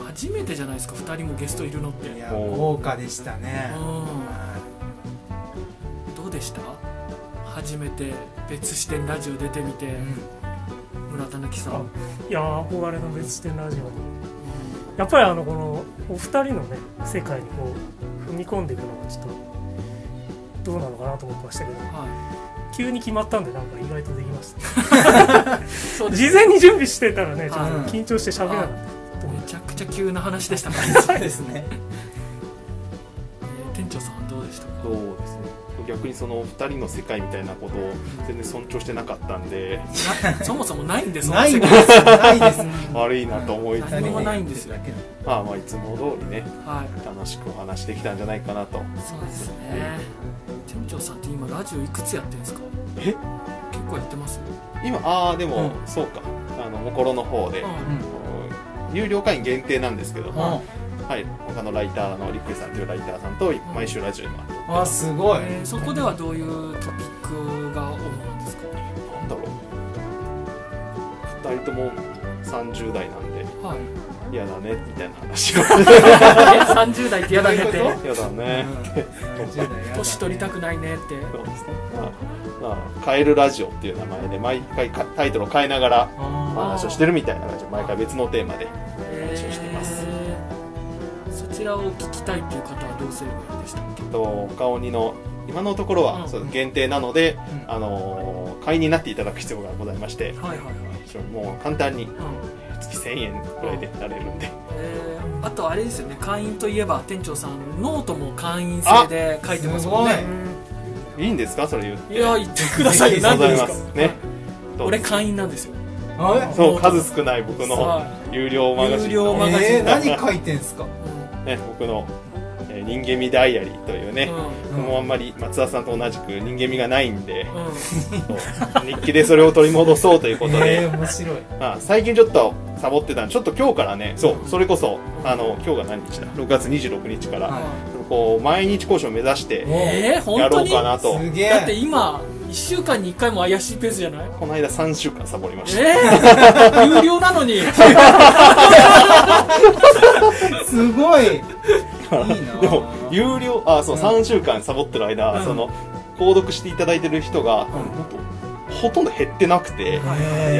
S1: 初めてじゃないですか2人もゲストいるのって
S3: いや
S4: おー
S3: 豪華でしたね、
S1: うん
S3: はい
S1: どうでした初めて別視点ラジオ出てみて、村田貫さん、
S2: あいやー憧れの別視点ラジオに
S1: う
S2: やっぱりあのこのお二人のね世界にこう踏み込んでいくのがちょっとどうなのかなと思ってましたけど
S1: んは
S2: 急に決まったんでなんか意外とできました
S1: い、そうです
S2: 事前に準備してたらねちょっと
S3: うん
S2: 緊張して喋らなかっと
S1: めちゃくちゃ急な話でしたか
S3: そうですね
S1: 店長さんどうでしたか
S4: そうですね逆にその2人の世界みたいなことを全然尊重してなかったんで
S1: なそもそもないんです
S3: ない
S1: そ
S3: ん
S1: の世
S3: で
S1: 界
S3: すないです
S4: 悪いなと思いつ つ
S1: 何も
S4: も
S1: ないんですよ
S4: まあまあいつも通りね
S1: はい
S4: 楽しくお話できたんじゃないかなと
S1: そうですね店長さんって今ラジオいくつやってんですか
S4: え
S1: 結構やってます
S4: 今ああでも、
S3: う
S4: そうかあのもころの方で、
S1: うん
S3: う
S4: あ
S3: ん
S4: の有料会員限定なんですけど
S3: うん
S4: も、はい、他のライターのリックさんというライターさんと毎週ラジオには
S3: あすごい
S1: えーそこではどういうトピックが主なんですか
S4: なんだろう2人とも30代なんで
S1: はい
S4: 嫌だねみたいな話を
S1: 30代って嫌だねっ
S3: どういう
S1: て
S3: こ
S4: 嫌だね
S1: 年取りたくないねって
S4: そうですねまあまあ変えるラジオっていう名前で毎回かタイトルを変えながらお
S3: あ
S4: 話をしてるみたいな感じで毎回別のテーマで話をしてます、
S1: えーそちらを聞きたいっていう方はどうすればいいでしたっけ
S4: えっと他鬼の今のところ
S1: う
S4: は
S1: ん
S4: そう限定なので、
S3: うん
S4: あのー会員になっていただく必要がございまして
S1: はいはいはい、
S4: もう簡単に
S1: うん
S4: 月1000円くらいでなれるんで、
S1: えーあとあれですよね会員といえば店長さんノートも会員制で書いてますもん
S3: あ
S1: ね
S4: いいんですかそれ言って
S1: いや言ってくださ いよ
S3: ぜひ
S1: 何
S4: ご
S1: で
S4: ざ
S1: で
S4: い
S1: す
S4: ま
S1: か
S4: すねどう
S1: 俺会員なんですよ
S3: あ
S4: そう数少ない僕の
S1: は
S4: 有料マガジン
S1: 有料
S4: の、
S1: マガジン
S3: えー何書いてんすか
S1: いうん
S4: ね、僕の、えー人間味ダイアリー」というね、
S1: う
S4: 僕もあんまり松田さんと同じく人間味がないんで、
S1: んうん
S4: そう日記でそれを取り戻そうということで
S3: え、ー面白い
S4: まあ、最近ちょっとサボってたんでちょっと今日からねそうそれこそあの今日が何日だ6月26日から、
S3: はい
S4: こう毎日講師を目指して
S1: えー
S4: や
S1: 本当
S4: ろう
S1: に
S4: か
S1: だ
S4: なと
S3: す げ
S1: って
S3: え
S1: 今1週間に1回も怪しいペースじゃない
S4: この間3週間サボりました、
S1: えー、有料なのには
S3: す ごいいい
S4: でも
S3: な
S4: 有料あそう、
S3: うん
S4: 3週間サボってる間、
S1: うん
S4: その購読していただいてる人が、ほんとほとんど減ってなくて、
S3: へ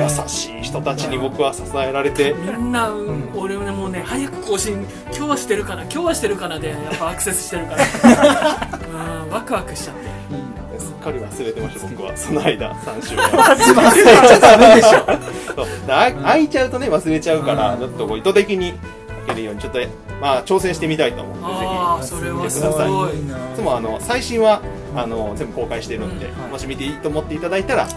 S3: ー
S4: 優しい人たちに僕は支えられて、
S1: みんな、
S3: ん
S1: 俺ねもうね早く更新今日はしてるかな今日はしてるかなでやっぱアクセスしてるからうんワクワクしちゃって
S3: いいな
S4: すっかり忘れてました 僕はその間3週間
S3: すいませんちょっとダメでしょ
S4: そうあ開いちゃうとね忘れちゃうから、
S3: うん
S4: ちょっとこう意図的に開けるようにちょっとまあ挑戦してみたいと思うんでぜひ
S1: ああそれはすごい
S4: いつもあの最新はあの全部公開してるんで、もし見ていいと思っていただいたら、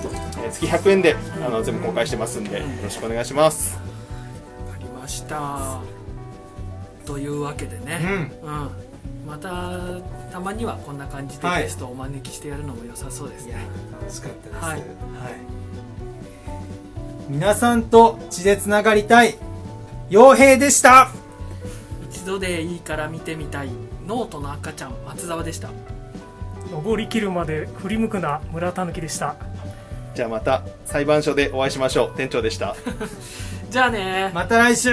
S4: えー月100円であの全部公開してますんで、よろしくお願いします。
S1: わかりましたというわけで
S3: う
S1: ね、
S3: ん
S1: うんまたたまにはこんな感じで
S3: はい
S1: ゲストをお招きしてやるのも良さそうです
S3: いや
S1: ね、
S3: 楽しかったです、
S1: はい
S3: 皆さんと血でつながりたい傭兵でした
S1: 一度でいいから見てみたいノートの赤ちゃん松沢でした
S2: 登り切るまで振り向くな村たぬきでした
S4: じゃあまた裁判所でお会いしましょう。店長でした。
S1: じゃあね
S3: また来週